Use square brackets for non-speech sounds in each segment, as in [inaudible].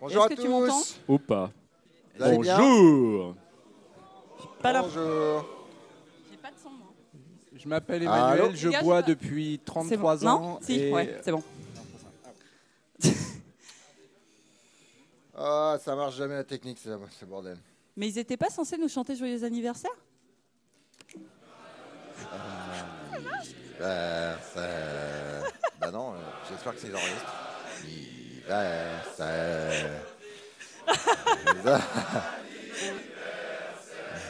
Bonjour à Est-ce que tu m'entends tous. Ou pas. Vous allez bien Bonjour Pas la- Bonjour. J'ai pas de son, moi. Je m'appelle Allô Emmanuel, je Les gars, bois je peux- depuis C'est 33 bon. ans. Non Si, et- ouais, c'est bon. Ah, ça marche jamais la technique, c'est ce bordel. Mais ils étaient pas censés nous chanter Joyeux anniversaire Bah, ça- bah non, euh, j'espère que c'est enregistré. Bah, ça...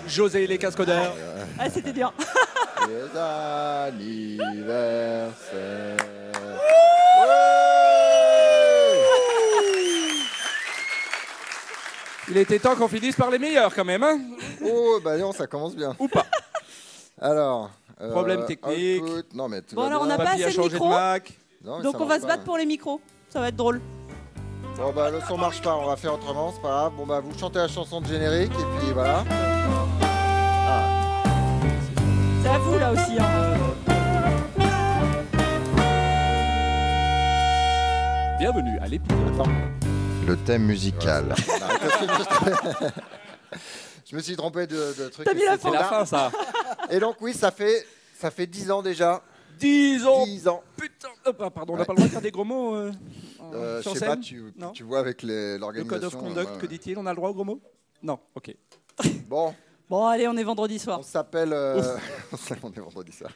José les cascodeurs. Ah, c'était dur. Les anniversaires. Il était temps qu'on finisse par les meilleurs quand même. hein Ouais oh, bah non, ça commence bien. Ou pas. Alors. euh, Problème technique. output. Non, mais tout Bon, va alors, on bien. a pas assez Papy a de changé de micro. Mac. Non, mais Donc ça on va marche se pas. battre pour les micros. Ça va être drôle. Bon, bah le son marche pas, on va faire autrement, c'est pas grave. Bon, bah vous chantez la chanson de générique et puis voilà. Ah, C'est à vous là aussi. hein. Bienvenue à l'épisode. le thème musical. [laughs] Non, parce que je- je me suis trompé de, de truc. T'as mis la C'était C'est la là. fin, ça. Et donc, oui, ça fait, ça fait 10 ans déjà. 10 ans. 10 ans. Putain. Oh, bah, pardon, on n'a Ouais. pas le droit de faire des gros mots. euh, Euh, je sur sais scène pas, tu, Non. tu vois avec les- Le l'organisation. code of euh, conduct, ouais. que dit-il On a le droit aux gros mots Non, ok. Bon, Bon, allez, on est vendredi on soir. s'appelle. euh, [laughs] on est vendredi ça.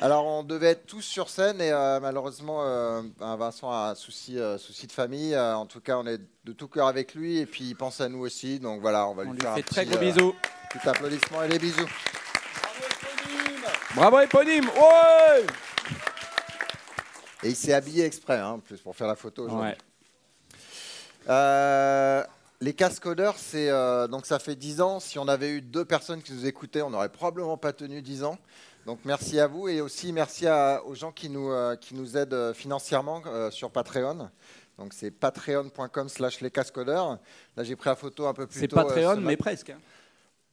Alors, on devait être tous sur scène et euh, malheureusement, euh, ben, Vincent a un souci, euh, souci de famille. Euh, en tout cas, on est de tout cœur avec lui et puis il pense à nous aussi. Donc voilà, on va lui On lui faire un fait très petit, gros euh, bisous. petit applaudissement et des bisous. Bravo Éponyme. Ouais Et il s'est habillé exprès, hein, en plus, pour faire la photo aujourd'hui. Ouais. Euh, les cascodeurs, c'est euh, donc ça fait 10 ans. Si on avait eu deux personnes qui nous écoutaient, on n'aurait probablement pas tenu 10 ans. Donc merci à vous et aussi merci à- aux gens qui nous, euh, qui nous aident euh, financièrement euh, sur Patreon. Donc c'est patreon.com slash les cascodeurs. Là j'ai pris la photo un peu plus C'est tôt. euh, Patreon, ce mais matin. presque.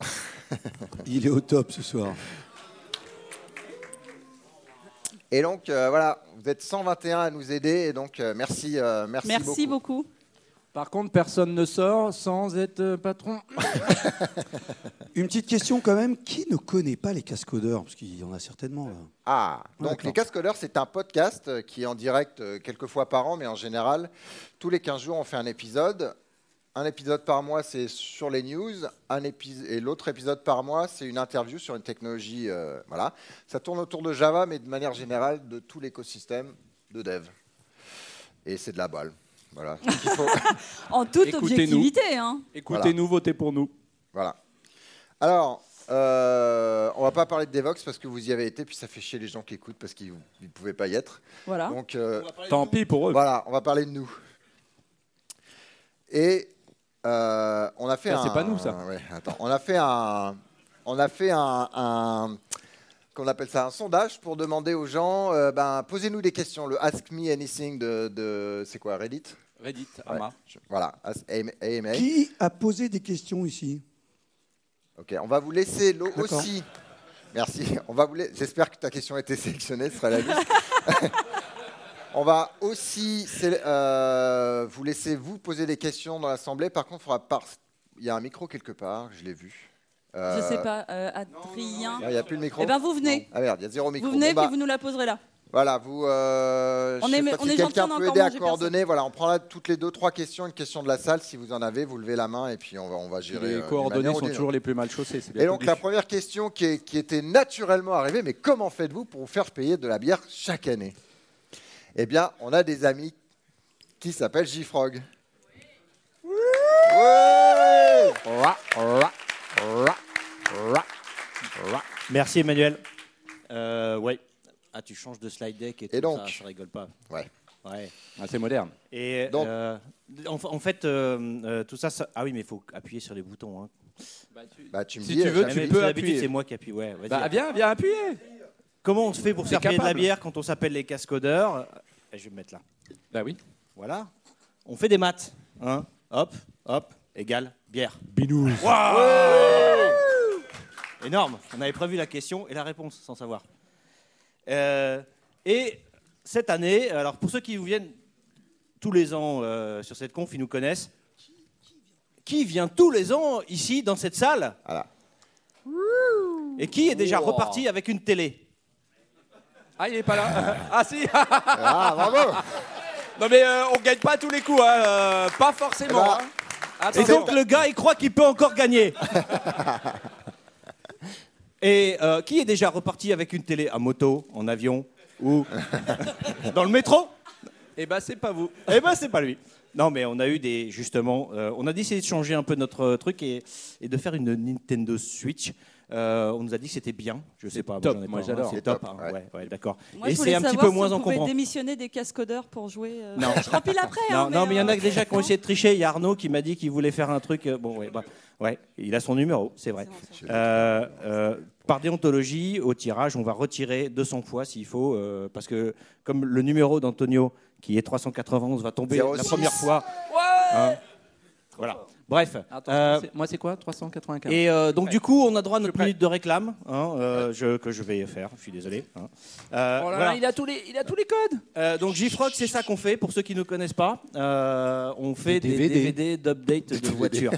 hein. Il est au top ce soir. Et donc euh, voilà, vous êtes 121 à nous aider et donc euh, merci, euh, merci, Merci beaucoup. Par contre, personne ne sort sans être euh, patron. Une petite question quand même, qui ne connaît pas les cascodeurs Parce qu'il y en a certainement. là. Ah, Ouais, donc d'accord. Les Cascodeurs, c'est un podcast euh, qui est en direct euh, quelques fois par an, mais en général, tous les 15 jours, on fait un épisode. Un épisode par mois, c'est sur les news, un épis- et l'autre épisode par mois, c'est une interview sur une technologie. euh, voilà. Ça tourne autour de Java, mais de manière générale, de tout l'écosystème de dev. Et c'est de la balle. Voilà. Donc, il faut- En toute Écoutez-nous. objectivité. Hein. Écoutez-nous, votez pour nous. Voilà. Alors, euh, on va pas parler de Devox parce que vous y avez été, puis ça fait chier les gens qui écoutent parce qu'ils ne pouvaient pas y être. Voilà. Donc, euh, Tant pis pour [laughs] eux. Voilà, on va parler de nous. Et euh, on a fait Ça, un. c'est pas nous, ça. Ouais, attends, on a fait un. On a fait un. un- qu'on appelle ça un sondage pour demander aux gens, euh, ben, posez-nous des questions. Le Ask Me Anything de, de- c'est quoi Reddit Reddit, Ouais. Ama. Je- Voilà, As- AMA. Qui a posé des questions ici Ok, on va vous laisser l'eau D'accord. aussi. Merci. On va vous la- J'espère que ta question a été sélectionnée, ce sera la liste. [laughs] on va aussi sé- euh, vous laisser vous poser des questions dans l'assemblée. Par contre, il faudra par- il y a un micro quelque part, je l'ai vu. Euh, Je sais pas, euh, Adrien. Il n'y a plus de micro. Eh ben vous venez. Ah merde, il y a zéro micro. Vous venez Bon, bah, puis vous nous la poserez là. Voilà, vous. euh, On je sais est- pas on si est quelqu'un gentil, on a peut encore aider à mangé personne. coordonner. Voilà, on prend là toutes les deux trois questions, une question de la salle. Si vous en avez, vous levez la main et puis on va on va gérer. euh, Les d'une coordonnées manière ou sont d'une autre. toujours les plus mal chaussées. c'est bien Et donc connu. la première question qui, est- qui était naturellement arrivée, mais comment faites-vous pour vous faire payer de la bière chaque année Eh bien, on a des amis qui s'appellent J-Frog. Ouais Ra, ra, ra, ra, ra. Merci Emmanuel. Euh, ouais. Ah, tu changes de slide deck et, tout donc ça, ça rigole pas. Ouais. Ouais. Ah, c'est moderne. Et Donc- euh, en, fa- en fait, euh, euh, tout ça, ça- Ah oui, mais il faut appuyer sur les boutons. hein. Bah, tu me Si dis, tu veux, euh, Ah, tu mais peux d'habitude, appuyer. C'est moi qui appuie. Ouais, vas-y. Bah, viens, viens appuyer. Comment on se fait pour se faire T'es payer de la capable. bière quand on s'appelle les cascodeurs Eh, Je vais me mettre là. Bah oui. Voilà. On fait des maths. Hein hop, hop, égale bière. Binous. Énorme. On avait prévu la question et la réponse sans savoir. Euh, et cette année, alors pour ceux qui vous viennent tous les ans euh, sur cette conf, ils nous connaissent. Qui vient tous les ans ici, dans cette salle Voilà. Et qui est déjà Wow. reparti avec une télé Ah, il est pas là. [laughs] ah, si. Ah, bravo non, mais euh, on gagne pas à tous les coups. hein, euh, pas forcément. Bah. hein. Et Attention. donc le gars, il croit qu'il peut encore gagner. Et euh, qui est déjà reparti avec une télé à moto, en avion ou [laughs] dans le métro Eh ben, c'est pas vous. Eh ben, c'est pas lui. Non, mais on a eu des justement. euh, on a décidé de changer un peu notre euh, truc et, et de faire une Nintendo Switch. Euh, on nous a dit que c'était bien. Je sais pas. moi, top, j'en ai moi, pas, hein, j'adore. C'est C'est top. top, hein, ouais. ouais, ouais, d'accord. Moi, Et je voulais c'est un petit savoir peu si moins on pouvait encombrant. démissionner des cascodeurs pour jouer. euh, Non. Je remplis l'après. Non, hein, non, mais il y en a euh, [laughs] déjà qui ont essayé de tricher. Il y a Arnaud qui m'a dit qu'il voulait faire un truc. euh, Bon, ouais, bah, ouais, il a son numéro, c'est vrai. C'est Euh, euh, par déontologie, au tirage, on va retirer 200 fois s'il faut, euh, parce que comme le numéro d'Antonio, qui est 391, va tomber la 06. première fois. hein. voilà. Bref. euh, moi, c'est quoi 395. et euh, donc du coup, on a droit à notre minute de réclame, hein, euh, je- que je vais faire. Je suis désolé. hein. Euh, voilà. Oh il a tous les, il a tous les codes. Euh, donc Gifrock, c'est ça qu'on fait. Pour ceux qui ne connaissent pas, euh, on fait des Des DVD, DVD. d'update de voiture.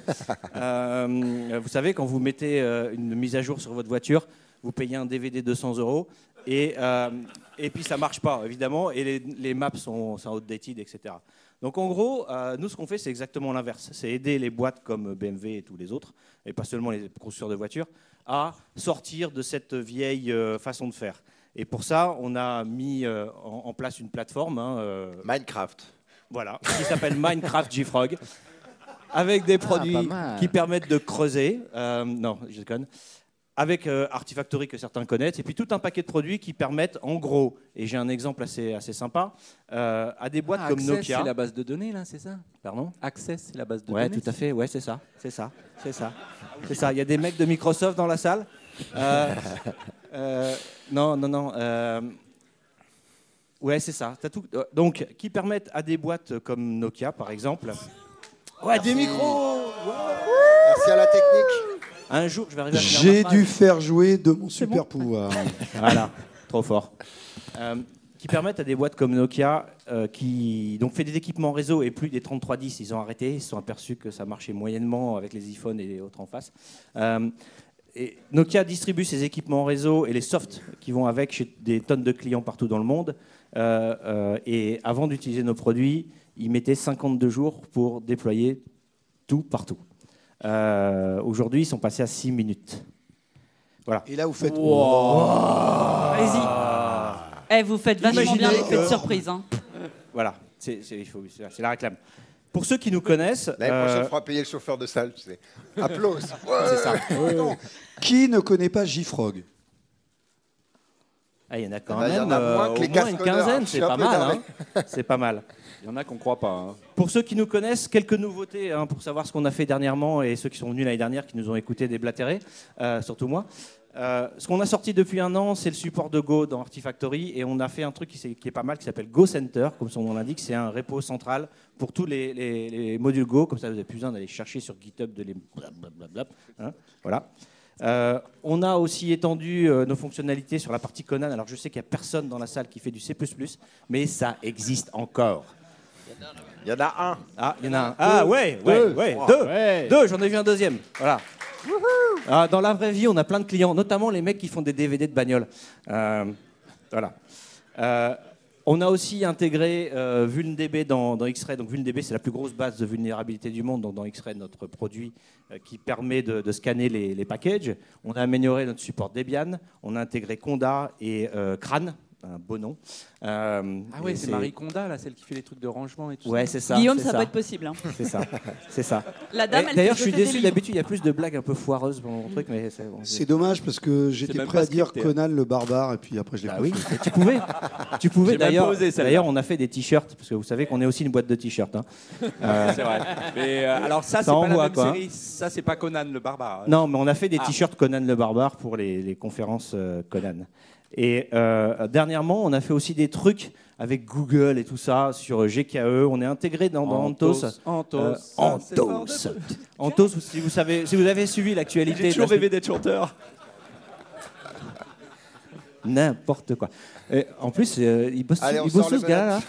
Euh, vous savez, quand vous mettez euh, une mise à jour sur votre voiture, vous payez un DVD 200 euros et, euh, et puis ça marche pas, évidemment, et les, les maps sont, sont outdated, etc. Donc en gros, euh, nous, ce qu'on fait, c'est exactement l'inverse. C'est aider les boîtes comme BMW et tous les autres, et pas seulement les constructeurs de voitures, à sortir de cette vieille euh, façon de faire. Et pour ça, on a mis euh, en, en place une plateforme, hein, euh, Minecraft. voilà, qui s'appelle Minecraft JFrog, avec des produits Ah, mal. qui permettent de creuser. euh, non, je déconne. Avec euh, Artifactory que certains connaissent, et puis tout un paquet de produits qui permettent, en gros, et j'ai un exemple assez, assez sympa, euh, à des boîtes comme Nokia. Ah, c'est la base de données là, c'est ça Pardon Access, c'est la base de Ouais, données. tout à fait. Ouais, c'est ça, c'est ça, [laughs] c'est ça, c'est ça. Il y a des mecs de Microsoft dans la salle. [laughs] Euh, euh, non, non, non. euh, ouais, c'est ça. T'as tout- euh, Donc, qui permettent à des boîtes comme Nokia, par exemple. Ouais, des micros. Merci à la technique. Un jour, je vais arriver à. finir ma J'ai phrase. dû faire jouer de mon super pouvoir. Voilà, [laughs] trop fort. Euh, qui permettent à des boîtes comme Nokia, euh, qui donc fait des équipements réseau et plus des 3310, ils ont arrêté, ils se sont aperçus que ça marchait moyennement avec les iPhones et les autres en face. Euh, et Nokia distribue ses équipements réseau et les softs qui vont avec chez des tonnes de clients partout dans le monde. Euh, euh, et avant d'utiliser nos produits, ils mettaient 52 jours pour déployer tout partout. Euh, Aujourd'hui, ils sont passés à 6 minutes. Et là, vous faites. Ah. Allez-y. Eh, vous faites vachement Imaginez bien l'effet de que- surprise. hein. Voilà, c'est c'est- il faut- c'est- c'est la réclame. Pour ceux qui nous connaissent, L'année euh, prochaine, on fera payer le chauffeur de salle, tu sais. Applause. Ouais. c'est ça. Qui ne connaît pas J-Frog Ah, il y en a quand Eh ben, il y en même a euh, moins que au les moins une casse-connards, hein, quinzaine, je c'est suis pas, un peu mal. énervé. hein. C'est pas mal. Il y en a qu'on croit pas. hein. Pour ceux qui nous connaissent, quelques nouveautés hein, pour savoir ce qu'on a fait dernièrement et ceux qui sont venus l'année dernière qui nous ont écouté déblatérer, euh, surtout moi. Euh, ce qu'on a sorti depuis un an, c'est le support de Go dans Artifactory et on a fait un truc qui, s'est- qui est pas mal qui s'appelle Go Center, comme son nom l'indique, c'est un repo central pour tous les, les- les modules Go, comme ça vous n'avez plus besoin d'aller chercher sur GitHub de les blablabla. hein, voilà. Euh, on a aussi étendu euh, nos fonctionnalités sur la partie Conan. Alors je sais qu'il n'y a personne dans la salle qui fait du C++, mais ça existe encore. Il y en a un. Ah, il y en a un. Ah ouais, ouais, ouais, deux. Deux, j'en ai vu un deuxième. Voilà. Ah, dans la vraie vie, on a plein de clients, notamment les mecs qui font des DVD de bagnole. Euh, voilà. Euh, on a aussi intégré euh, VulnDB dans, dans X-Ray. Donc VulnDB, c'est la plus grosse base de vulnérabilité du monde. Donc dans X-Ray, notre produit euh, qui permet de, de scanner les, les packages. On a amélioré notre support Debian. On a intégré Conda et euh, Crane, un beau nom. Euh, Ah ouais, et c'est Marie Conda là, celle qui fait les trucs de rangement et tout. Ouais, ça. c'est ça. Guillaume, c'est ça, peut être possible. hein. C'est ça. C'est ça. La dame, Et elle D'ailleurs, fait je suis jeter des déçu. livres. D'habitude, il y a plus de blagues un peu foireuses dans mon truc, mais c'est bon. C'est dommage parce que j'étais même prêt pas à dire scripté, hein. Conan le barbare et puis après je l'ai Bah compris. oui, mais tu pouvais. Tu pouvais J'ai même d'ailleurs. pas osé, celle-là. D'ailleurs, on a fait des t-shirts parce que vous savez qu'on est aussi une boîte de t-shirts. hein. C'est vrai. Mais euh, alors, ça, Ça c'est pas envoie, la même quoi, hein. série. Ça, c'est pas Conan le barbare. Non, mais on a fait des Ah. t-shirts Conan le Barbare pour les, les conférences euh, Conan. Et euh, dernièrement, on a fait aussi des trucs avec Google et tout ça sur euh, GKE. E. On est intégré dans, dans Antos. Antos. Euh, Ah, c'est fort de- Antos. Antos, si vous, savez, si vous avez suivi l'actualité. bah, J'ai de la toujours rêvé d'être chanteur. N'importe quoi. Et en plus, euh, il bosse, Allez, on il bosse sort les ce gars-là.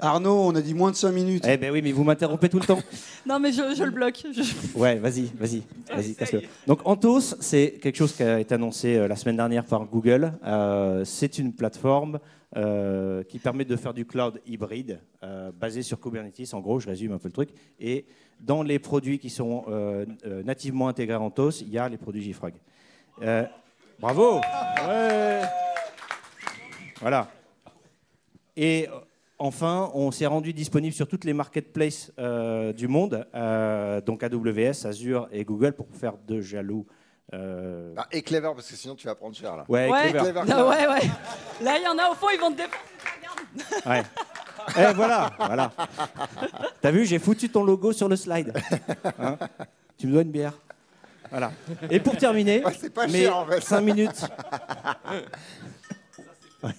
Arnaud, on a dit moins de 5 minutes. Eh ben oui, mais vous m'interrompez tout le temps. Non, mais je, je le bloque. Je- [laughs] Ouais, vas-y, vas-y, vas-y, casse-le. Donc Anthos, c'est quelque chose qui a été annoncé euh, la semaine dernière par Google. Euh, c'est une plateforme euh, qui permet de faire du cloud hybride euh, basé sur Kubernetes. En gros, je résume un peu le truc. Et dans les produits qui sont euh, euh, nativement intégrés à Anthos, il y a les produits JFrog. Euh, bravo. Ouais. Voilà. Et euh, enfin, on s'est rendu disponible sur toutes les marketplaces euh, du monde, euh, donc AWS, Azure et Google, pour faire de jaloux. euh, Ah, et Clever, parce que sinon tu vas prendre cher là. Ouais, ouais. Clever. Clever, Non, Clever. ouais, ouais. Là, il y en a au fond, ils vont te défendre. Ouais. Eh, voilà, voilà. T'as vu, j'ai foutu ton logo sur le slide. Hein tu me dois une bière. Voilà. Et pour terminer, Ouais, c'est pas mais cher, en fait. 5 minutes. Ouais.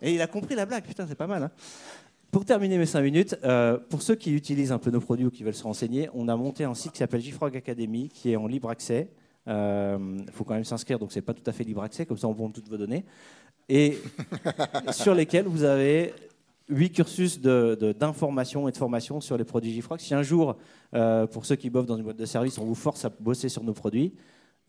Et il a compris la blague, putain, c'est pas mal. hein. Pour terminer mes 5 minutes, euh, pour ceux qui utilisent un peu nos produits ou qui veulent se renseigner, on a monté un site qui s'appelle JFrog Academy, qui est en libre accès. Il faut quand même s'inscrire, donc c'est pas tout à fait libre accès, comme ça on prend toutes vos données. Et sur lesquels vous avez huit cursus de- de- d'information et de formation sur les produits JFrog. Si un jour, euh, pour ceux qui boffent dans une boîte de service, on vous force à bosser sur nos produits,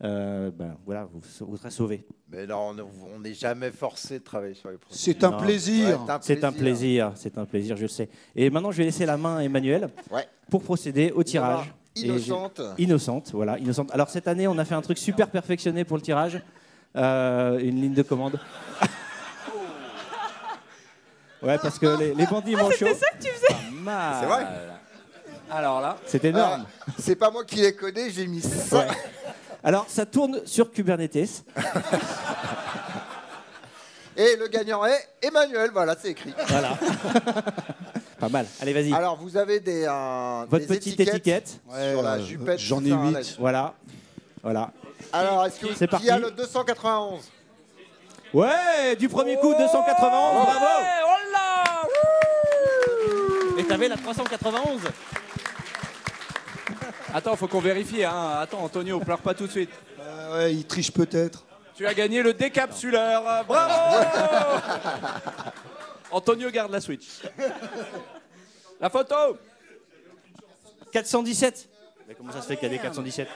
euh, ben voilà, vous, vous serez sauvés. Mais non, on est- on n'est jamais forcé de travailler sur les produits. C'est un Non. plaisir. Ouais, C'est un plaisir, c'est un plaisir, je le sais. Et maintenant, je vais laisser la main à Emmanuel Ouais. pour procéder au tirage. Et j'ai- Innocente. Innocente, voilà, innocente. Alors cette année, on a fait un truc super perfectionné pour le tirage, Euh, une ligne de commande. Oh. ouais, parce que les, les bandits mangent chaud. C'est vrai. Alors là, C'est énorme. Ah, c'est pas moi qui l'ai codé, j'ai mis ça. Ouais. Alors ça tourne sur Kubernetes. Et le gagnant est Emmanuel, voilà, c'est écrit. Voilà. Pas mal. Allez, vas-y. Alors, vous avez des, euh, Votre des petite étiquette. sur la Ouais, euh, jupette. J'en ai tout ça, 8. là, dessus. Voilà. Voilà. Alors, est-ce que C'est qui a parti. le 291 Ouais, du premier coup, 291. Bravo. oh là Et t'avais la 391. Attends, faut qu'on vérifie. Hein. Attends, Antonio, pleure pas tout de suite. Euh, ouais, il triche peut-être. Tu as gagné le décapsuleur. Euh, Bravo Antonio garde la Switch. La photo 417. Mais comment ça se fait qu'il y a des 417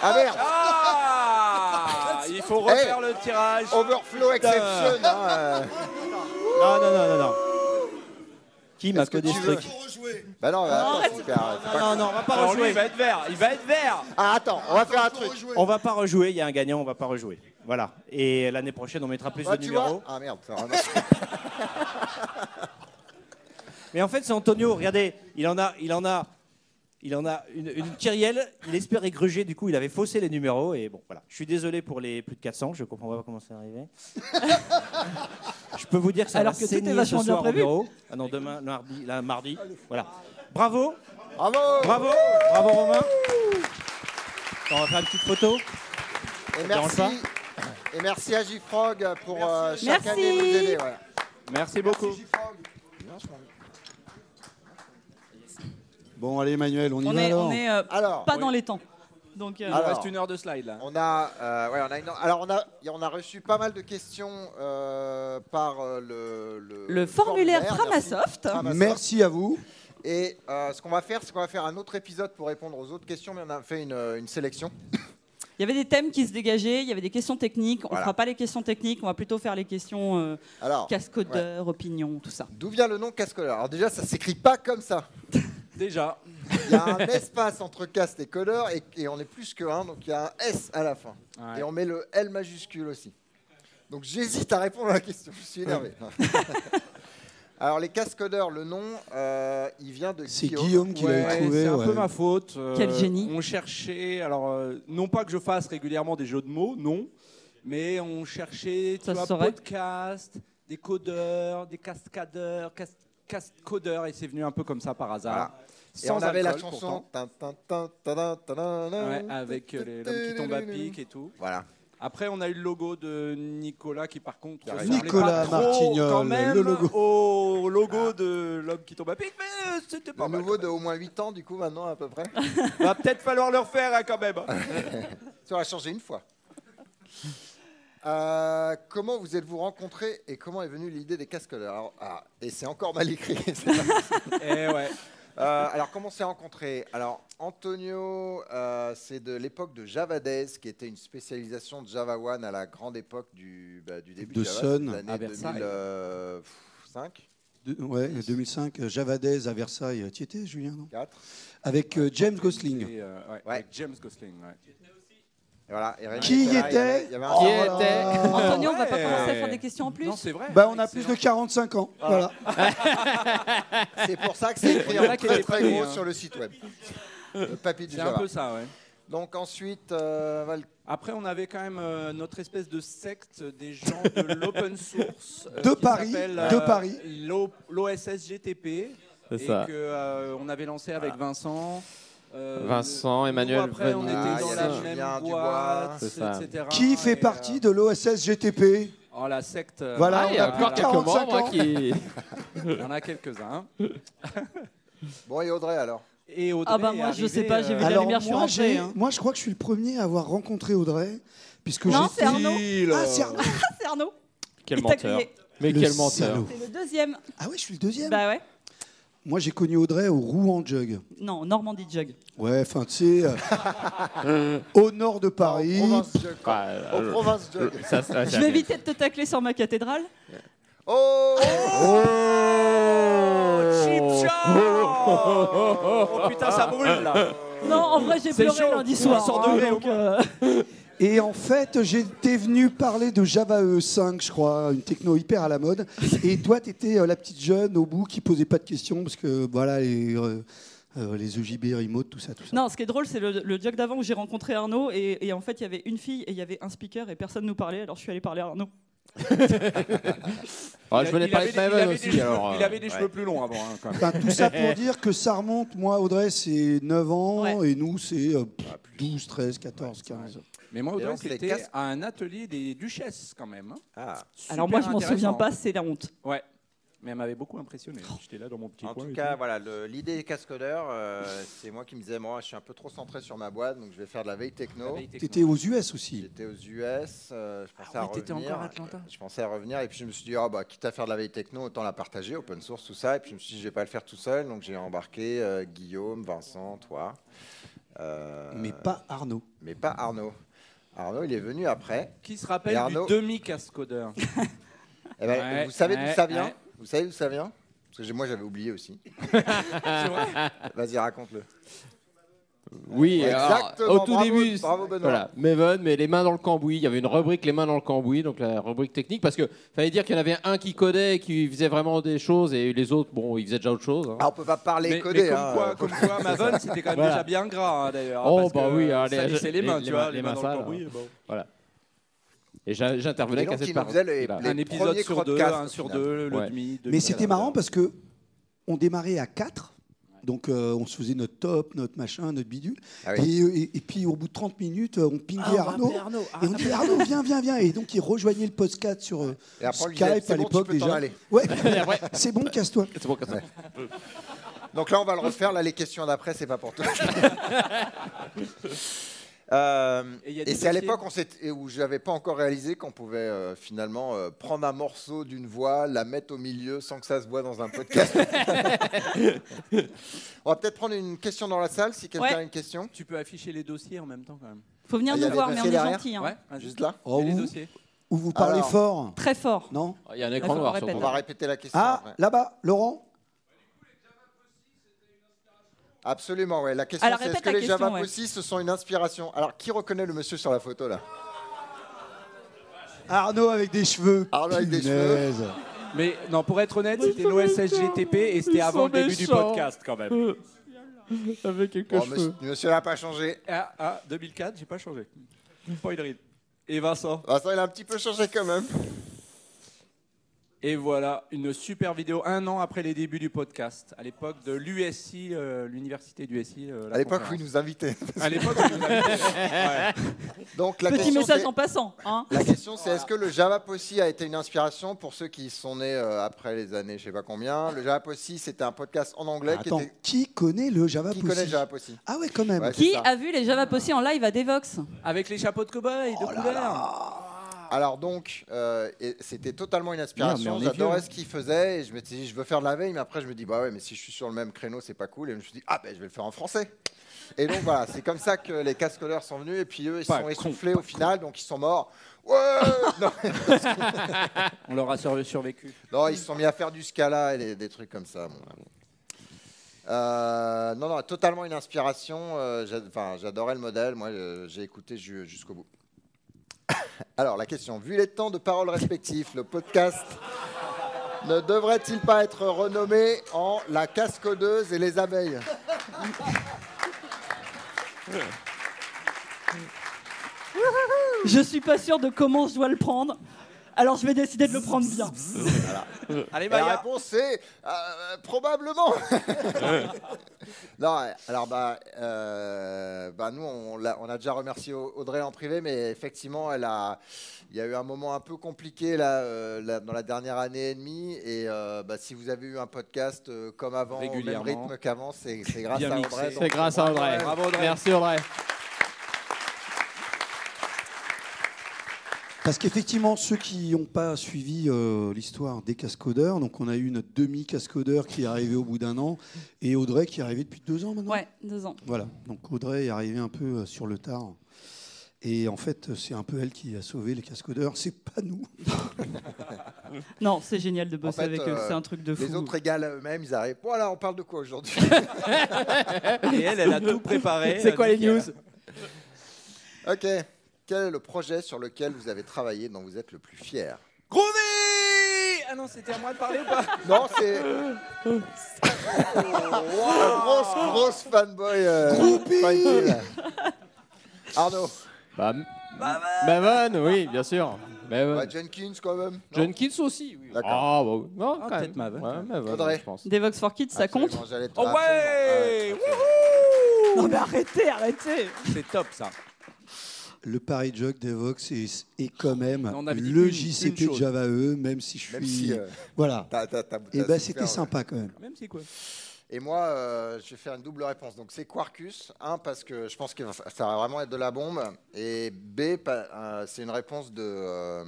Ah merde Ah Il faut refaire le tirage. Overflow exception hein, euh. Non, non, non, non, non. Qui m'a Est-ce que codé tu ce veux- truc Bah non, mais attends, c'est pas- c'est pas- Non, non, on va pas Alors lui, il rejouer. va être vert. Il va être vert. Ah attends, on va faire un truc. On va pas rejouer, il y a un gagnant, on va pas rejouer. Voilà. Et l'année prochaine, on mettra plus Ah, de tu vois numéros. Ah merde, ça, vraiment. Mais en fait, c'est Antonio, regardez, il en a, il en a, il en a une, une kyrielle, il espérait gruger, du coup, il avait faussé les numéros. Et bon, voilà. Je suis désolé pour les plus de 400, je comprends pas comment c'est [laughs] arrivé. je peux vous dire que ça Alors va que tout saigner est vachement ce soir bien prévu. au bureau. Ah non, demain, mardi, là, mardi. Voilà. Bravo, Bravo bravo, bravo Romain. On va faire une petite photo. Et dérange merci. Et merci à JFrog pour euh, chaque Merci. année nous aider. ouais. Merci beaucoup. Bon, allez, Emmanuel, on y On va est, alors. on est euh, Alors, Ah. pas dans les temps. Donc, euh, Il nous Alors. reste une heure de slide là. On a, euh, ouais, on a une- alors on a, y- on a reçu pas mal de questions euh, par euh, le, le formulaire merci. Framasoft. Framasoft. Merci à vous. Et euh, ce qu'on va faire, c'est qu'on va faire un autre épisode pour répondre aux autres questions, mais on a fait une, euh, une sélection. Il y avait des thèmes qui se dégageaient, il y avait des questions techniques. On Voilà. fera pas les questions techniques, on va plutôt faire les questions euh, Alors, casse-codeur, opinion, tout ça. d'où vient le nom Cascoleur Alors déjà, ça s'écrit pas comme ça. Déjà. Il y a un espace entre cast et color, et, et on est plus que un, donc il y a un S à la fin. Et on met le L majuscule aussi. Donc j'hésite à répondre à la question, je suis énervé. [laughs] Alors les cascodeurs, le nom, euh, il vient de C'est Guillaume. Guillaume qui Ouais, l'avait trouvé. C'est un ouais. peu ma faute. Euh, Quel génie. On cherchait, alors euh, non pas que je fasse régulièrement des jeux de mots, non, mais on cherchait, tu Ça se vois, saurait. podcast, des codeurs, des cascadeurs, cas- cascodeurs, et c'est venu un peu comme ça par hasard. Voilà. Et Sans on avait la alcool, chanson. pourtant. Tin, tin, tin, tadin, tadin, tadin. Ouais, avec euh, les- l'homme qui tombe à pic et tout. Voilà. Après, on a eu le logo de Nicolas qui, par contre, Qui ressemblait Nicolas pas trop Martignol, quand même le logo. au logo de l'homme qui tombe à pic, mais euh, c'était pas Le mal. nouveau quand de au moins 8 ans, du coup, maintenant à peu près. même. Va peut-être falloir le refaire hein, quand même. Ça va changer une fois. [laughs] Euh, comment vous êtes-vous rencontrés et comment est venue l'idée des cascadeurs Alors, ah, Et c'est encore mal écrit. [laughs] c'est pas possible. Eh ouais. Euh, alors, comment on s'est rencontrés Alors, Antonio, euh, c'est de l'époque de Javadez, qui était une spécialisation de Java One à la grande époque du, bah, du début De de Java, Sun des années à Ah, Versailles. euh, 2005, De- ouais, 2005, euh, Javadez à Versailles. Euh, Tu y étais, Julien, non 4. Avec euh, James Gosling. Et, euh, ouais, Ouais. avec James Gosling. ouais. Et voilà, et Rémi Qui y là, il y avait- était il y avait un- Oh Qui là était Euh, là. Antonio, on va pas ouais. commencer à faire des questions en plus. Non, c'est vrai. Bah, on a plus de 45 ans. Voilà. C'est pour ça que c'est écrit en là qu'il y très a des très papiers, gros hein. sur le site web. Le Papy du C'est un Java. peu ça, ouais. Donc ensuite, euh, Val- Après, on avait quand même euh, notre espèce de secte des gens [laughs] de l'open source. euh, De qui Paris, s'appelle, de Paris. l'O- L'OSSGTP. C'est et ça. que euh, on avait lancé avec Vincent. euh, Vincent, nous, Emmanuel Après, on Venu- était Ah, il dans y la avait Julien même Dubois. boîte, C'est ça. etc. Qui Et, fait euh, partie de l'OSSGTP Oh, la secte. euh, Voilà, Ah, il y a on a encore plus de quelques 45 membres ans. qui. Il y en a quelques-uns. bon et Audrey alors Et Audrey Ah bah moi est je sais arrivée, pas, j'ai vu euh, la Alors, lumière, je suis moi, rentrée. j'ai- hein. moi, je crois que je suis le premier à avoir rencontré Audrey. Puisque Non, j'étais- c'est Arnaud. Ah, c'est Arnaud. Ah, c'est Arnaud. Quel Il t'a menteur. grillé. Mais Le quel menteur. salaud. C'est le deuxième. Ah, ouais, je suis le deuxième. Bah ouais. Moi, j'ai connu Audrey au Rouen Jug. Non, Normandie Jug. Ouais, enfin, tu sais, euh, au nord de Paris. Au Province Jug. Ah, euh, Au Province Jug. ça, ça, Je ça- vais éviter de te tacler sur ma cathédrale. Oh, Chip shot Oh putain, ça brûle là Non, en vrai j'ai pleuré chaud. lundi soir. 100 hein, degrés au donc, euh, Et en fait, j'étais venu parler de Java E5, je crois, une techno hyper à la mode. Et toi, tu étais la petite jeune au bout qui posait pas de questions parce que voilà les euh, euh, les EJB remote, tout ça, tout ça. Non, ce qui est drôle, c'est le, le jug d'avant où j'ai rencontré Arnaud et, et en fait il y avait une fille et il y avait un speaker et personne nous parlait, alors je suis allé parler à Arnaud. Ah, je venais il avait parler des- de il Maven avait des aussi. cheveux- alors, euh, Il avait des ouais. cheveux plus longs avant, hein, quand même. Enfin, tout ça pour dire que ça remonte, moi, Audrey, c'est 9 ans, et nous, c'est euh, pff, 12, 13, 14, 15. Mais moi, Et Audrey, donc, les c'était casques- à un atelier des duchesses, quand même. hein. Ah. alors moi je Super m'en souviens intéressant. pas, c'est la honte. Ouais. Mais elle m'avait beaucoup impressionné. J'étais là dans mon petit En coin. tout et cas, voilà, le- l'idée des cascadeurs, euh, c'est moi qui me disais, moi, je suis un peu trop centré sur ma boîte, donc je vais faire de la veille tout. techno. La veille techno. T'étais aux US aussi. J'étais aux US, euh, je pensais Ah à oui, t'étais revenir. encore à Atlanta. Je pensais à revenir, et puis je me suis dit, ah bah, quitte à faire de la veille techno, autant la partager, open source, tout ça. Et puis je me suis dit, je vais pas le faire tout seul, donc j'ai embarqué euh, Guillaume, Vincent, toi. Euh, Mais pas Arnaud. mais pas Arnaud. Arnaud, il est venu après. Qui se Et rappelle Arnaud- du demi-cascodeur Eh ben, Ouais, vous savez ouais, d'où ça vient ouais. Vous savez d'où ça vient Parce que j'ai- moi, j'avais oublié aussi. [laughs] Vas-y, raconte-le. Oui, Ouais, alors, exactement, au tout bravo, début, bravo, Benoît. voilà, Maven, mais les mains dans le cambouis. Il y avait une rubrique les mains dans le cambouis, donc la rubrique technique, parce que fallait dire qu'il y en avait un qui codait, qui faisait vraiment des choses, et les autres, bon, ils faisaient déjà autre chose. hein. Ah, on peut pas parler mais, mais codé. comme, hein. quoi, comme quoi, Maven, c'était quand même Voilà. déjà bien gras, hein, d'ailleurs. Oh, parce bah que oui, allez, ça laissait les les- mains, les tu mains- vois, les les mains mains dans le sales, cambouis, bon. Et j'a- j'intervenais Les gens qu'à qui cette nous faisaient les- partie-là. les- Un épisode premiers sur deux, podcasts, un au sur final. deux, le Ouais. demi. Mais c'était marrant parce que on démarrait à 4. Donc euh, on se faisait notre top, notre machin, notre bidule. Ah oui. [laughs] et, et- et puis au bout de 30 minutes, euh, on pinguait Arnaud. et on dit Arnaud, viens, viens, viens. Et donc il rejoignait le podcast sur euh, Et après, on lui Skype disait, c'est à bon, tu l'époque peux t'en déjà. aller. [laughs] Ouais, après- c'est bon, casse-toi. C'est bon, comme ça. Donc là, on va le refaire. Là, les questions d'après, c'est pas pour [laughs] toi. Euh, Et il y a et des c'est à dossiers. l'époque on s'était- où je n'avais pas encore réalisé qu'on pouvait euh, finalement euh, prendre un morceau d'une voix, la mettre au milieu sans que ça se voit dans un [laughs] podcast. on va peut-être prendre une question dans la salle si quelqu'un Ouais. a une question. Tu peux afficher les dossiers en même temps, quand même. Faut venir Ah, il y nous avait voir, pas mais on fait est derrière gentil. hein. Ouais, vas-y. Ah, Juste là Oh, Et les ou, dossiers. ou vous parlez Alors. fort, Très fort. non Il y a un Là, écran Ah, faut noir. répéter. On surtout. va répéter la question. Ah, après. là-bas, Laurent Absolument, ouais. La question Alors, c'est est-ce répète que la les question, Java ouais. Pussy, ce sont une inspiration Alors qui reconnaît le monsieur sur la photo là Arnaud avec des cheveux. Arnaud avec des Punaise. Mais non, pour être honnête, c'était l'OSSGTP et c'était Ils avant sont le début du méchants. podcast, quand même. Avec quelques Bon, Oh, monsieur, monsieur n'a pas changé. Ah, ah, 2004, j'ai pas changé. Pas une ride. Et Vincent. Vincent, il a un petit peu changé quand même. Et voilà, une super vidéo un an après les débuts du podcast, à l'époque de l'USI, euh, l'université d'USI. À l'époque où il nous invitait. euh, À l'époque où [laughs] il nous avait- Donc la Petit question message c'est- en passant. Hein. La question, c'est est-ce que le Java Posse a été une inspiration pour ceux qui sont nés euh, après les années je sais pas combien Le Java Posse, c'était un podcast en anglais qui, Ah, Attends, était- qui connaît le Java qui Pussy connaît le Java Posse Ah ouais, quand même. Ouais, c'est Qui ça. a vu les Java Posse en live à Devox Oh Avec les chapeaux de cow-boy, de couleur. Alors donc, euh, et c'était totalement une Merde, mais inspiration. on est J'adorais vieux. ce qu'il faisait. Et je m'étais dit, je veux faire de la veille. Mais après, je me dis, bah ouais, mais si je suis sur le même créneau, c'est pas cool. Et je me suis dit, ah ben, je vais le faire en français. Et donc voilà, c'est comme ça que les cascoleurs sont venus. Et puis eux, ils Pas sont con, essoufflés au final, donc ils sont morts. Ouais non, On leur a sur- survécu. non, ils se sont mis à faire du scala et des, des trucs comme ça. bon. Euh, non, non, totalement une inspiration. euh, j'a- enfin, J'adorais le modèle. Moi, euh, j'ai écouté ju- jusqu'au bout. [coughs] Alors, la question. Vu les temps de parole respectifs, le podcast ne devrait-il pas être renommé en La cascodeuse et les abeilles Je suis pas sûr de comment je dois le prendre. Alors je vais décider de le prendre bien. Allez, Eh ben, Et la Maya. réponse c'est euh, probablement. non, alors bah, euh, bah nous on, l'a- on a déjà remercié Au- Audrey en privé, mais effectivement elle a, il y a eu un moment un peu compliqué là, euh, là, dans la dernière année et demie, et euh, bah, si vous avez eu un podcast euh, comme avant, au même Régulièrement. rythme qu'avant, c'est c'est grâce Bien à mixé. Audrey. donc C'est grâce à Audrey. Bravo, Audrey. Merci Audrey. Parce qu'effectivement, ceux qui n'ont pas suivi euh, l'histoire des cascodeurs, donc on a eu notre demi-cascodeur qui est arrivé au bout d'un an, et Audrey qui est arrivée depuis deux ans maintenant. Ouais, deux ans. Voilà, donc Audrey est arrivée un peu euh, sur le tard. Et en fait, c'est un peu elle qui a sauvé les cascodeurs, c'est pas nous. Non, c'est génial de bosser fait, avec eux. euh, C'est un truc de fou. Les autres égales à eux-mêmes, ils arrivent. Voilà, on parle de quoi aujourd'hui Et elle, elle a tout [laughs] préparé. C'est euh, quoi les Nickel. news Ok. Quel est le projet sur lequel vous avez travaillé dont vous êtes le plus fier Groovy Ah non, c'était à moi de parler ou pas Non, c'est. Wow, grosse, grosse fanboy. euh, tranquille. Arnaud. Bah, Mavan, oui, bien sûr. Mavan. Ouais, Jenkins, quand même. non Jenkins aussi, oui. D'accord. Ah, bah, oui. non, quand peut-être même. Mavan. Ouais, Mavan, Faudrait. je pense. Devox for Kids, ça Absolument, compte j'allais te- Oh absolument, ouais ouais, Non mais arrêtez, arrêtez C'est top ça. Le Paris Jug d'Evox est, est quand même On avait dit le une- une JCP de chose. Java E, même si je suis. Même si. euh, Voilà. t'as- t'as- t'as- t'as Et ben souffert, c'était ouais. sympa quand même. Même c'est quoi Et moi, euh, je vais faire une double réponse. Donc, c'est Quarkus, un, parce que je pense que ça va vraiment être de la bombe. Et B, pa- euh, c'est une réponse de euh,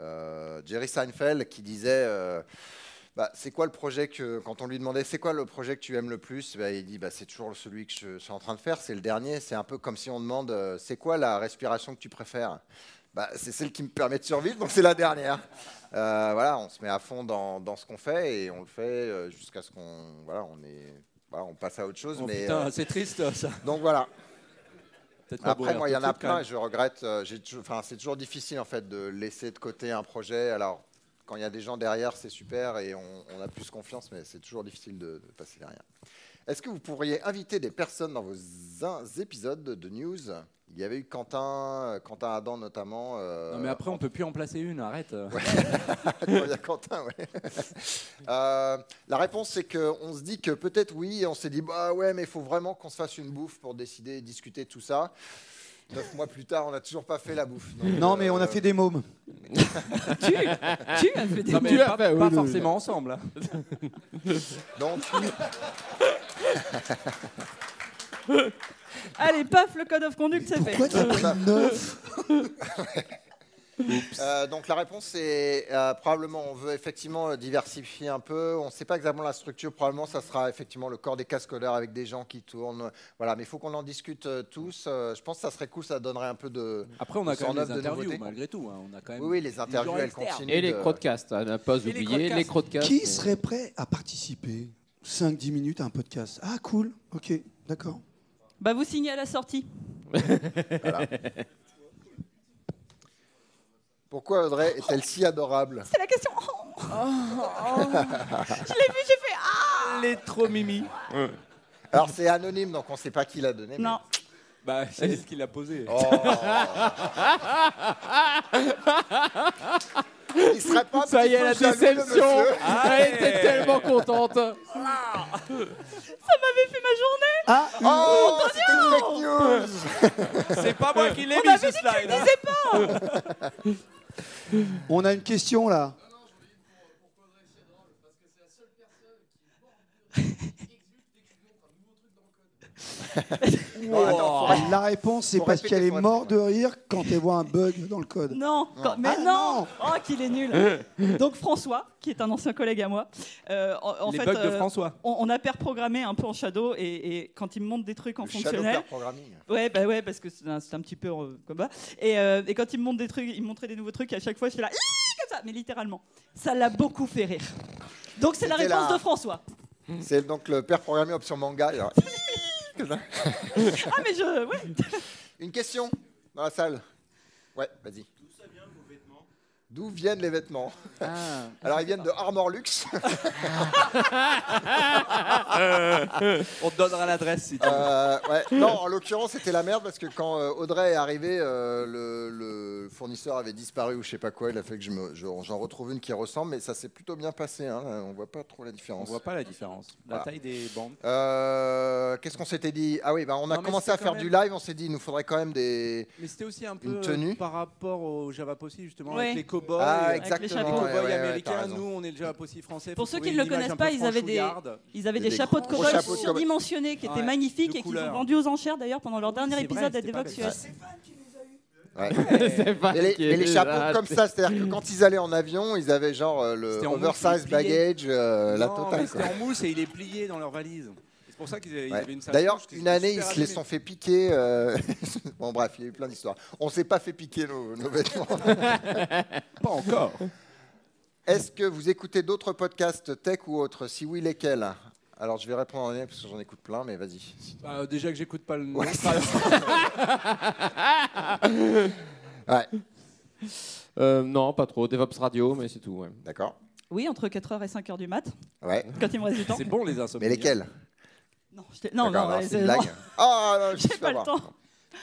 euh, Jerry Seinfeld qui disait euh, bah, C'est quoi le projet que. Quand on lui demandait C'est quoi le projet que tu aimes le plus Bah, Il dit bah, C'est toujours celui que je suis en train de faire, c'est le dernier. C'est un peu comme si on demande euh, C'est quoi la respiration que tu préfères bah, C'est celle qui me permet de survivre, donc c'est la dernière. Euh, voilà, on se met à fond dans, dans ce qu'on fait et on le fait euh, jusqu'à ce qu'on voilà, on est voilà, on passe à autre chose. Oh, mais Putain, euh, c'est triste ça. donc voilà. Peut-être pas Après beau moi, il y rire en a tout de suite, plein et quand je regrette. euh, j'ai toujours- Enfin, c'est toujours difficile en fait de laisser de côté un projet. Alors quand il y a des gens derrière, c'est super et on, on a plus confiance, mais c'est toujours difficile de, de passer derrière. Est-ce que vous pourriez inviter des personnes dans vos in- épisodes de news Il y avait eu Quentin, euh, Quentin Adam notamment. euh, même. Non mais après on peut plus en placer [laughs] une, arrête. [laughs] Quand il y a Quentin, ouais. [laughs] Euh, la réponse, c'est qu'on se dit que peut-être oui, et on s'est dit, bah ouais, mais il faut vraiment qu'on se fasse une bouffe pour décider et discuter de tout ça. Neuf mois plus tard, on n'a toujours pas fait la bouffe. Donc, Non, mais on euh, a fait des mômes. tu, Ah. tu as fait des... Non, mais Tu l'as pas, fait, oui, pas oui, oui. forcément ensemble. hein. euh, Donc, [laughs] Allez, paf, le code of conduct, c'est fait. Pourquoi tu as pris neuf euh, donc la réponse, c'est euh, probablement, on veut effectivement euh, diversifier un peu. On ne sait pas exactement la structure. Probablement, ça sera effectivement le corps des cascoleurs avec des gens qui tournent. euh, Voilà, mais il faut qu'on en discute euh, tous. Euh, je pense que ça serait cool, ça donnerait un peu de. Après on a On s'en quand même les offre de interviews nouveautés. malgré tout. hein. On a quand même. Oui, oui, les interviews, gens elles externes. continuent. Et les de- podcasts, à ne pas les oublier les podcasts. Qui serait prêt à participer 5-10 minutes à un podcast Ah, cool, ok, d'accord. Bah vous signez à la sortie. Pourquoi Audrey est-elle si adorable C'est la question. Oh. [laughs] je l'ai vu, j'ai fait... Ah Les trop mimi. Alors c'est anonyme, donc on ne sait pas qui l'a donné. mais- Non, [laughs] Bah c'est ce qu'il a posé. Oh. Il serait pas un Ça petit y est, peu la jaloux de déception. monsieur Ah, [laughs] Elle était tellement contente. ça m'avait fait ma journée Ah, Oh, c'est une fake news C'est pas moi qui l'ai On mis ce avait dit que tu slide. le hein. disais pas on a une question là. Non, Oh, Oh. attends, faut- La réponse, c'est Faut parce répéter, qu'elle est faut morte répéter. de rire quand elle voit un bug dans le code. Non, quand- mais Ah, non, non. Oh, qu'il est nul Donc François, qui est un ancien collègue à moi, euh, en, en Les fait, bugs de euh, François. on, on a perprogrammé un peu en shadow, et, et quand il me montre des trucs en le shadow fonctionnel, pair programming. ouais, bah ouais, parce que c'est un, c'est un petit peu euh, comme ça. Et, euh, et quand il me montre des trucs, il me montrait des nouveaux trucs, et à chaque fois, je fais là, Ih comme ça, mais littéralement, ça l'a beaucoup fait rire. Donc c'est la C'était réponse la- de François. C'est donc le pair programmé option manga. alors. Ah mais je, ouais. Une question dans la salle. Ouais, vas-y. D'où viennent les vêtements ah. [laughs] Alors ils viennent de Armor Luxe. On te donnera l'adresse si tu veux. Euh, ouais. Non, en l'occurrence, c'était la merde parce que quand euh, Audrey est arrivée, euh, le, le fournisseur avait disparu ou je sais pas quoi. Il a fait que je me- je- j'en retrouve une qui ressemble, mais ça s'est plutôt bien passé. Hein. On voit pas trop la On différence. voit pas la différence. La Voilà. taille des bandes. Euh, Qu'est-ce qu'on s'était dit Ah oui, bah, on a Non, mais commencé c'était à faire quand du live. On s'est dit, il nous faudrait quand même des. Mais c'était aussi un peu Une euh, tenue. par rapport au Java Possi, justement, Ouais. avec les cow-boys. ah, euh, exact. les chapeaux. exactement. les ouais, cow-boys ouais, ouais, t'as américains, raison. nous on est le Java Possi français. Pour faut ceux trouver qui ne le une image connaissent un peu pas, ils avaient des- franchouillarde. Ils avaient Des- des, des chapeaux de gros cow-boys chapeaux de cow-boys. surdimensionnés qui étaient Ouais, magnifiques de et qu'ils ont couleur. vendus aux enchères d'ailleurs pendant leur dernier c'est vrai, épisode à c'était pas Devox bête. US. Ouais. C'est pas Mais les, qui mais les est chapeaux là, comme c'est- ça, c'est-à-dire que quand ils allaient en avion, ils avaient genre euh, le C'était en oversize mousse, plié. baggage, euh, la Non, totale. mais quoi. C'était en mousse et il est plié dans leur valise. C'est pour ça qu'ils avaient, ils Ouais. avaient une sacoche, D'ailleurs, j'étais une année, ils super se les abîmé. sont fait piquer. euh, [laughs] bon, bref, il y a eu plein d'histoires. On s'est pas fait piquer nos, nos vêtements. Pas encore. Est-ce que vous écoutez d'autres podcasts tech ou autres Si oui, lesquels Alors, je vais répondre en année parce que j'en écoute plein, mais vas-y. [laughs] Bah, déjà que j'écoute pas le nom. Ah, Ouais, Enfin, Ouais, Euh, non, pas trop. DevOps Radio, mais c'est [laughs] tout. ouais. d'accord. Oui, entre 4h et 5h du mat, Ouais. quand il me reste du temps. C'est bon les insomnies. Mais lesquels Non, je t'ai- D'accord, non, non, alors, ouais, c'est une non, blague. Ah, non, je me suis j'ai fait pas le avoir. temps.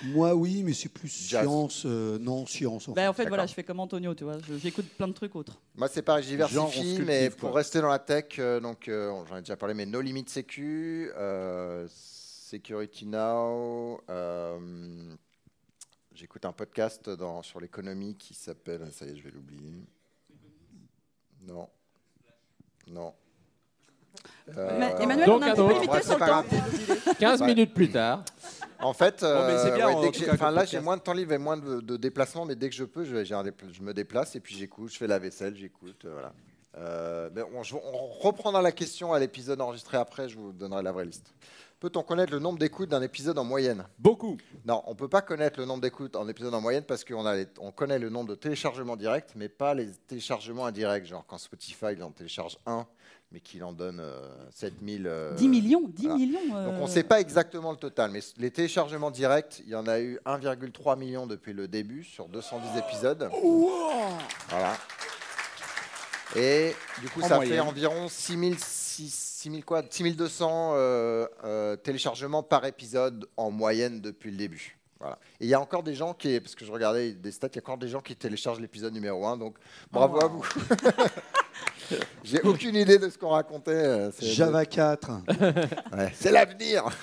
Moi, oui, mais c'est plus Jazz. science. euh, non, science. en fait. Bah, en fait, voilà, D'accord. je fais comme Antonio, tu vois, je- j'écoute plein de trucs autres. Moi, c'est pareil, je Genre, on se diversifie, cultive, mais pour quoi. rester dans la tech, euh, donc euh, on- j'en ai déjà parlé, mais No Limit Sécu, euh, Security Now. euh, J'écoute un podcast dans- sur l'économie qui s'appelle. ah, Ça y est, je vais l'oublier. Non. Non. Mais Euh, Emmanuel, donc on a un un petit peu autre. limité Bref, sur c'est le pas temps. grave. 15 Ouais. minutes plus tard. En fait, mais c'est euh, bien, ouais, en dès que tout j'ai- cas, enfin, comme là podcast. j'ai moins de temps libre et moins de, de déplacements, mais dès que je peux, je, vais- j'ai un dépla- je me déplace et puis j'écoute, je fais la vaisselle, j'écoute, euh, voilà. Euh, mais on, je- on reprendra la question à l'épisode enregistré après, je vous donnerai la vraie liste. Peut-on connaître le nombre d'écoutes d'un épisode en moyenne Beaucoup. Non, on peut pas connaître le nombre d'écoutes en épisode en moyenne parce qu'on a les- on connaît le nombre de téléchargements directs, mais pas les téléchargements indirects, genre quand Spotify il en télécharge un, mais qu'il en donne euh, 7000. 10 millions, 10 voilà. millions. donc on euh, ne sait pas exactement le total, mais les téléchargements directs, il y en a eu 1,3 million depuis le début sur 210 épisodes. Voilà. Et du coup, En ça fait moyenne. environ 6000, 6 6000 quoi, 6200 euh, euh, téléchargements par épisode en moyenne depuis le début. Voilà. Et il y a encore des gens qui, parce que je regardais des stats, il y a encore des gens qui téléchargent l'épisode numéro 1, donc bravo Oh, à vous. [laughs] J'ai aucune idée de ce qu'on racontait. euh, c'est- Java 4. Ouais, C'est l'avenir [laughs]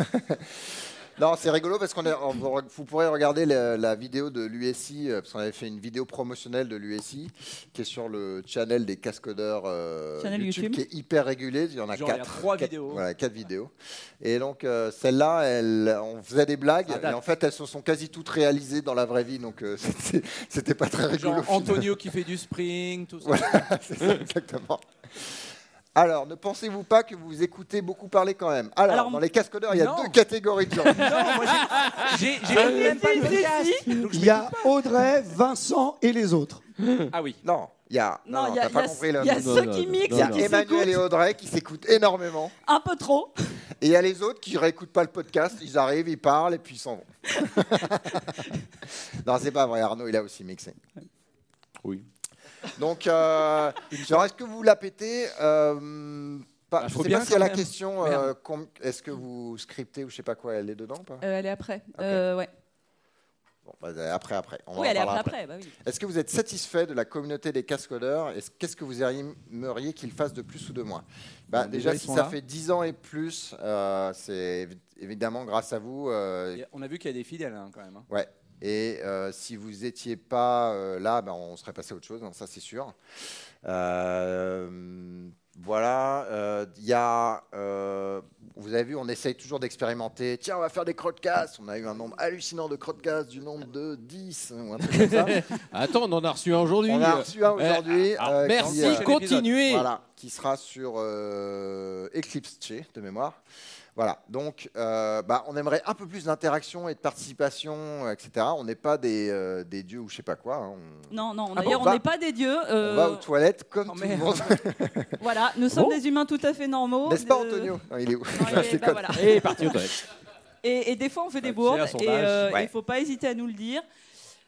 Non, c'est rigolo parce qu'on est- on- vous- vous pourrez regarder la, la vidéo de l'USI, euh, parce qu'on avait fait une vidéo promotionnelle de l'USI, qui est sur le channel des cascodeurs euh, Channel YouTube, YouTube. qui est hyper régulé. Il y en a Genre, il y a quatre. trois quatre- vidéos. Voilà, quatre vidéos. Et donc, euh, celle-là, elle- on faisait des blagues, Ça date. et en fait, elles se sont quasi toutes réalisées dans la vraie vie, donc euh, [laughs] c'était- c'était pas très rigolo. Genre finalement. Antonio qui fait du spring, tout ça. Ouais. [laughs] C'est ça, exactement. Alors, ne pensez-vous pas que vous écoutez beaucoup parler quand même Alors, Alors, dans les cascodeurs, il y a non. deux catégories de [laughs] gens. J'ai j'ai Ah, même pas le podcast. Donc, je Il y a Audrey, Vincent et les autres. m'écoute- Ah oui. Non, il y a. Non, il y t'as a, il y pas a- compris le. il y a non, ceux non, qui non, mixent, Il y a qui Emmanuel et s'écoutent Audrey qui s'écoutent énormément. un peu trop. Et il y a les autres qui ne réécoutent pas le podcast. Ils arrivent, ils parlent et puis ils s'en vont. [laughs] non, c'est pas vrai. Arnaud, il a aussi mixé. Oui. Donc, euh, genre, est-ce que vous la pétez Euh, pas- Bah, Je faut ne sais bien pas s'il y a quand la même. question euh, com- est-ce que vous scriptez ou je sais pas quoi Elle est dedans ou pas Euh, elle est après. Ok. Euh, ouais. Bon, bah, après, après. On va Oui, en elle est parler après, après. après. Bah, oui. Est-ce que vous êtes satisfait de la communauté des cascodeurs Est-ce- Qu'est-ce que vous aimeriez qu'ils fassent de plus ou de moins bah, Bon, Déjà, déjà, ils si sont ça là. fait 10 ans et plus, euh, c'est évi- évidemment grâce à vous. euh, Il y a- On a vu qu'il y a des fidèles hein, quand même. hein. Ouais. Et euh, si vous n'étiez pas euh, là, ben, on serait passé à autre chose, hein, ça c'est sûr. Euh, Voilà, euh, il y a, euh, vous avez vu, on essaye toujours d'expérimenter. Tiens, on va faire des crowdcasts. On a eu un nombre hallucinant de crowdcasts du nombre de 10 ou un truc comme ça. Attends, on en a reçu un aujourd'hui. euh, On a reçu un aujourd'hui. Ah, euh, merci, qui, euh, continuez. Voilà, qui sera sur euh, Eclipse Che, de mémoire. Voilà, donc euh, bah, on aimerait un peu plus d'interaction et de participation, euh, etc. On n'est pas des, euh, des dieux ou je sais pas quoi. hein. On, Non, non, Ah d'ailleurs, bon, on va- n'est pas des dieux. on euh, va aux toilettes comme oh, tout le [laughs] merde. monde. Voilà, nous sommes Bon. des humains tout à fait normaux. N'est-ce pas, de- Antonio Non, Il est où Non, Je et, bah, déconne. voilà. Et parti [laughs] aux toilettes. Et- et des fois, on fait des Un petit bourdes sondage. et euh, il Ouais. faut pas hésiter à nous le dire.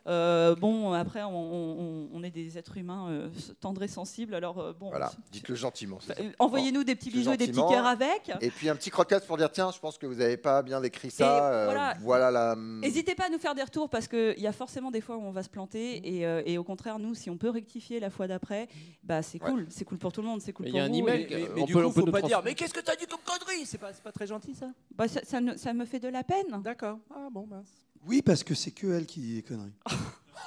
Euh, bon, après, on, on- on est des êtres humains euh, tendres et sensibles, alors euh, bon. Voilà, c'est- dites-le gentiment. c'est ça. Euh, Envoyez-nous des petits Plus bisous et des petits gentiment. cœurs avec. Et hum. puis un petit crowdcast pour dire tiens, je pense que vous n'avez pas bien décrit ça. Et euh, voilà. voilà la. N'hésitez pas à nous faire des retours parce qu'il y a forcément des fois où on va se Hum. planter et, euh, et au contraire, nous, si on peut rectifier la fois d'après, bah, c'est Ouais. cool, c'est cool pour tout le monde, c'est cool Mais il pour y a un vous. email. Mais, et- euh, mais- mais on du peut- coup, on peut faut nous pas trans- dire. Mais qu'est-ce que t'as dit comme connerie C'est pas, c'est pas très gentil ça. bah, ça, ça ne- ça me fait de la peine. D'accord. Ah bon mince. Oui, parce que c'est que elle qui dit des conneries.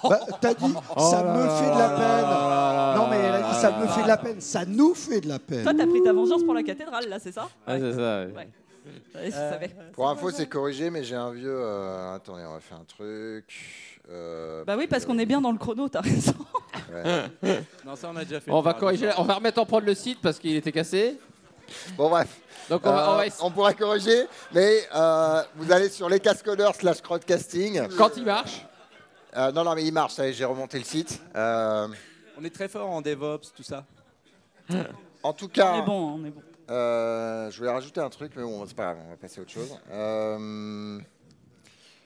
Bah, t'as dit, ça Oh me là fait là de la là peine. là là Non, mais elle a dit, ça me là fait de la peine. Ça nous fait de la Toi, peine. t'as pris ta vengeance pour la cathédrale, là, c'est ça là. Ouais, c'est ça. ouais. Ouais. Ouais, je Euh, savais. Pour info, c'est corrigé, mais j'ai un vieux. euh, attendez, on va faire un truc. euh, Bah oui, parce qu'on est bien dans le chrono, t'as raison. Non, ça on a déjà fait. On va corriger, la- on va remettre en prod le site parce qu'il était cassé. Bon, [laughs] bref. Donc on va, on va Euh, essayer- on pourra corriger, mais euh, vous allez sur lescascodeurs slash crowdcasting. Quand il marche, Euh, non, non, mais il marche, ça y est, j'ai remonté le site. Euh, On est très fort en DevOps, tout ça. en tout On cas, est bon, on est bon. euh, je voulais rajouter un truc, mais bon, c'est pas grave, on va passer à autre chose. Euh,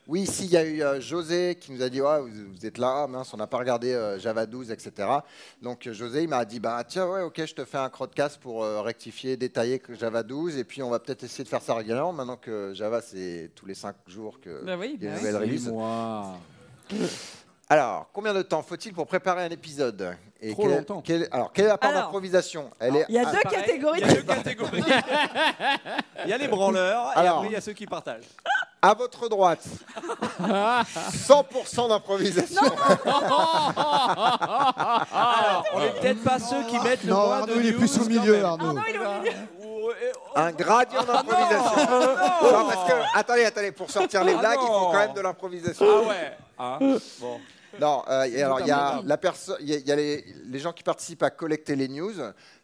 oui, ici, il y a eu euh, José qui nous a dit ouais, vous, vous êtes là, ah, mince, on n'a pas regardé euh, Java 12, etc. Donc euh, José, il m'a dit bah, tiens, ouais, ok, je te fais un crowdcast pour euh, rectifier, détailler que Java 12, et puis on va peut-être essayer de faire ça régulièrement, maintenant que Java, c'est tous les 5 jours que. Bah oui, il y a bah une oui. nouvelle release. moi. Alors, combien de temps faut-il pour préparer un épisode Et Trop quel- longtemps. quel- alors, quelle est la part Alors. d'improvisation Elle est. Il y a ah, deux Pareil, catégories. [laughs] Il y a deux [laughs] catégories. Il y a les branleurs et Alors. après il y a ceux qui partagent. À votre droite, 100% d'improvisation. On est peut-être pas ceux qui mettent le Non, moins Arnaud, de il est plus news, au quand milieu, même. Ah Arnaud. il Ah, est au milieu. Ou- et- oh, Un gradient Ah d'improvisation. non, parce que attendez, attendez, pour sortir les Ah blagues, il faut non. quand même de l'improvisation. Ah ouais. Ah, bon. Non, euh, et alors il y a la personne, il y a- il y a les, les gens qui participent à collecter les news.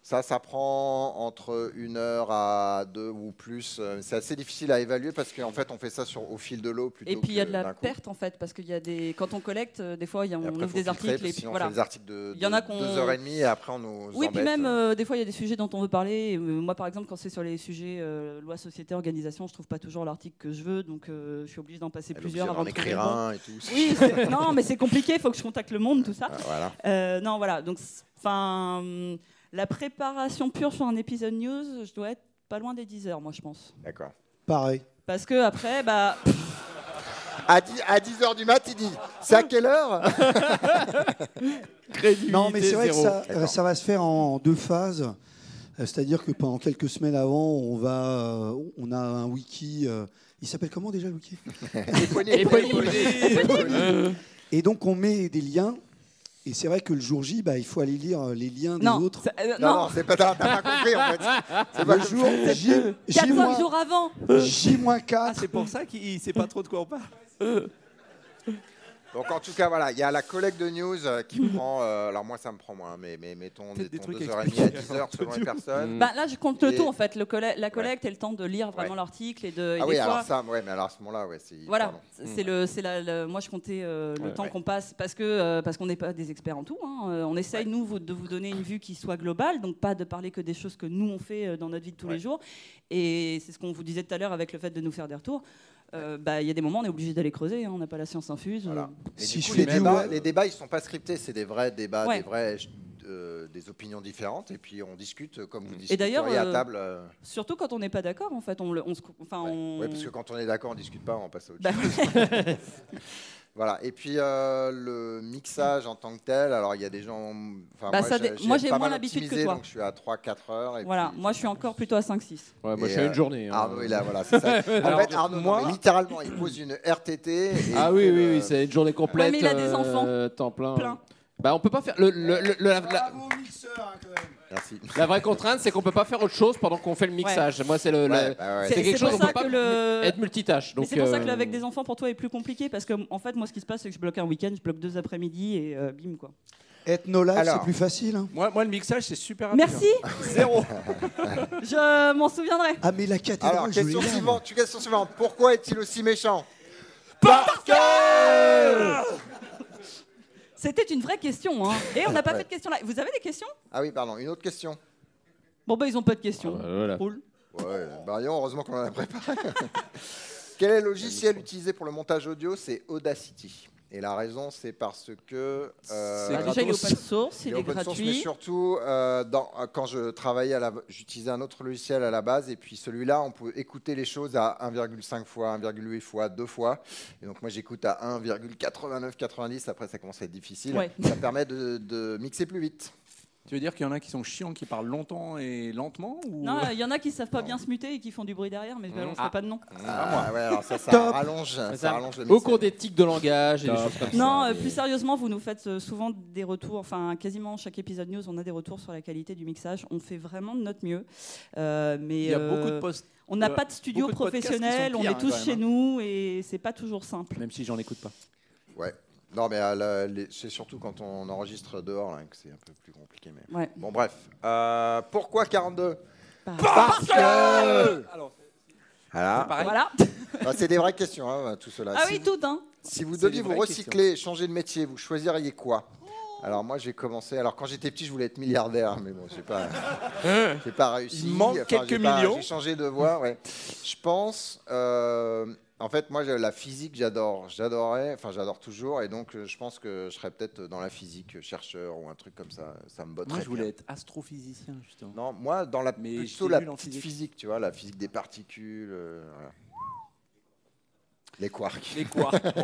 Ça, ça prend entre une heure à deux ou plus. Euh, C'est assez difficile à évaluer parce qu'en fait, on fait ça sur, au fil de l'eau plutôt. Et puis il y a que de la d'un coup. perte en fait, parce qu'il y a des. Quand on collecte, euh, des fois, il y a- euh, Et on après, ouvre faut des filtrer, articles parce et que puis sinon, voilà. on fait des articles de, Il y en a de qu'on- deux heures et demie et après on nous Oui, puis embête. même, euh, des fois, il y a des sujets dont on veut parler. Et, euh, moi, par exemple, quand c'est sur les sujets euh, loi, société, organisation, je trouve pas toujours l'article que je veux, donc euh, je suis obligée d'en passer Elle est plusieurs obligée avant d'en écrire un de trouver le bon. et tout. [laughs] Oui, c'est- non, mais c'est compliqué, il faut que je contacte le monde, tout ça. Ah, voilà. Euh, non, voilà, donc, enfin, la préparation pure sur un épisode news, je dois être pas loin des 10 heures, moi, je pense. D'accord. Pareil. Parce que après, bah, À 10, à 10 heures du mat, il dit C'est à quelle heure Non, mais c'est vrai que ça, D'accord. ça va se faire en deux phases. Euh, C'est-à-dire que pendant quelques semaines avant, on, va, euh, on a un wiki. euh, il s'appelle comment déjà le wiki Éponyme. Et donc, on met des liens. Et c'est vrai que le jour J, bah, il faut aller lire euh, les liens des non, autres. ça- euh, Non, non, non, c'est pas, t'as pas compris en fait. C'est pas Le jour J, quatre J- cinq jours avant. Hmm. Ah, J-4. c'est pour ça qu'il sait pas trop de quoi on parle. Donc en tout cas, voilà, il y a la collecte de news euh, qui prend. euh, alors moi, ça me prend moins, hein, mais, mais mettons Peut-être des mettons trucs 2h30 à 10h selon les personnes. Hmm. Bah, là, je compte le Et- tout en fait, le colle- la collecte et le temps de lire vraiment Ouais. l'article et de. et Ah oui, des fois- alors ça, ouais, mais alors à ce moment-là, ouais, c'est. Voilà, pardon. Hmm. c'est c'est le, c'est la, le- moi je comptais euh, le Ouais. temps qu'on passe parce que euh, parce qu'on n'est pas des experts en tout. hein. Euh, On essaye nous vous- de vous donner une vue qui soit globale, donc pas de parler que des choses que nous on fait euh, dans notre vie de tous Ouais. les jours. Et c'est ce qu'on vous disait tout à l'heure avec le fait de nous faire des retours. Euh, bah il y a des moments on est obligé d'aller creuser, hein. on n'a pas la science infuse. Voilà. Mais Si du je coup, les fais même, débats, euh, les débats, ils sont pas scriptés, c'est des vrais débats, Ouais. des vrais, euh, des opinions différentes, et puis on discute euh, comme vous discuteriez d'ailleurs, à euh, table. euh, Surtout quand on n'est pas d'accord en fait, on, le- on se, cou- enfin ouais. on. Ouais, parce que quand on est d'accord, on discute pas, on passe à autre Bah, chose. [laughs] Voilà. Et puis euh, le mixage en tant que tel, alors il y a des gens. Enfin, Bah, ça j'ai- dé- moi, j'ai pas moins mal l'habitude que optimisé, toi. Donc je suis à 3-4 heures. Et voilà, puis- moi je suis encore plutôt à 5-6. Ouais, moi Et, je fais euh, une jojournée. hein. Arnaud, il a, voilà, [laughs] c'est ça. En Alors, fait, Arnaud, non, moi- mais littéralement, il pose une RTT. et euh, Ah il oui, fait oui, le- oui, c'est une journée complète. Ouais, mais il a des enfants. euh, temps plein. Plein. Bah on peut pas faire. Le, le, le- le- la- la- mixeur, quand même. Merci. La vraie contrainte, c'est qu'on peut pas faire autre chose pendant qu'on fait le mixage. Moi, c'est le, Ouais, le- bah ouais. c'est quelque pour chose, on ça peut pas que le- être multitâche. Euh, Mais Donc c'est pour ça que euh, avec des enfants, pour toi, est plus compliqué parce que, en fait, moi, ce qui se passe, c'est que je bloque un week-end, je bloque deux après-midi et euh, bim, quoi. Ethno-live, Alors. c'est plus facile. hein. Moi, moi, le mixage, c'est super rapide. Merci Zéro. Je m'en souviendrai Ah, mais la cathédrale, Alors, je l'ai question là, moi. suivante, tu- question suivante. Pourquoi est-il aussi méchant C'était une vraie question, hein. Et on n'a pas fait de questions là. Vous avez des questions Ah oui, pardon, une autre question. Bon, bah, ils n'ont pas de questions. euh, voilà. Cool. Ouais, bah, voyons, heureusement qu'on en a préparé. Quel est le logiciel utilisé pour le montage audio C'est Audacity. Et la raison, c'est parce que. euh, C'est Bah, déjà, il est open source, il Il est est open source, mais gratuit. surtout, euh, dans- euh, quand je travaillais, à la- j'utilisais un autre logiciel à la base, et puis celui-là, on peut écouter les choses à 1,5 fois, 1,8 fois, 2 fois. Et donc moi, j'écoute à 1,8990, après ça commence à être difficile. Ouais. Ça permet de, de mixer plus vite. Tu veux dire qu'il y en a qui sont chiants, qui parlent longtemps et lentement ou... Non, il y en a qui savent pas bien se muter et qui font du bruit derrière, mais je balancerai pas de nom. Ah, ouais, alors ça, ça Top. rallonge, ça ça- rallonge le Au mixage. cours des tics de langage et des choses comme ça. Non, euh, des- plus sérieusement, vous nous faites euh, souvent des retours, enfin quasiment chaque épisode news, on a des retours sur la qualité du mixage. On fait vraiment de notre mieux. Euh, mais Il y a euh, beaucoup de postes, on n'a euh, pas de studio beaucoup de podcasts qui sont professionnel, on pires, est hein, tous quand même, chez hein. nous et c'est pas toujours simple. même si j'en écoute pas. Non, mais euh, la- les- c'est surtout quand on enregistre dehors là, que c'est un peu plus compliqué. Mais... Ouais. Bon, bref. Euh, pourquoi 42 Par- Parce que... Alors, Voilà. pareil. Voilà. Bah, c'est des vraies questions, hein, tout cela. Ah Si oui, tout hein. Si vous C'est deviez des vous vraies recycler, changer de métier, vous choisiriez quoi Alors moi j'ai commencé. Alors quand j'étais petit, je voulais être milliardaire, mais bon, j'ai [laughs] pas, j'ai pas réussi. Il manque j'ai quelques pas- millions. J'ai changé de voie. Ouais. Je pense. euh, en fait, moi j'ai- la physique, j'adore. J'adorais. Enfin, j'adore toujours. Et donc euh, je pense que je serais peut-être dans la physique, euh, chercheur ou un truc comme ça. Ça me botterait. Moi, je voulais bien. être astrophysicien, justement. Non, moi dans la Mais plutôt j'étais la nul en petite physique. physique. tu vois, la physique des particules. euh, voilà. Les quarks. Et quoi Oh.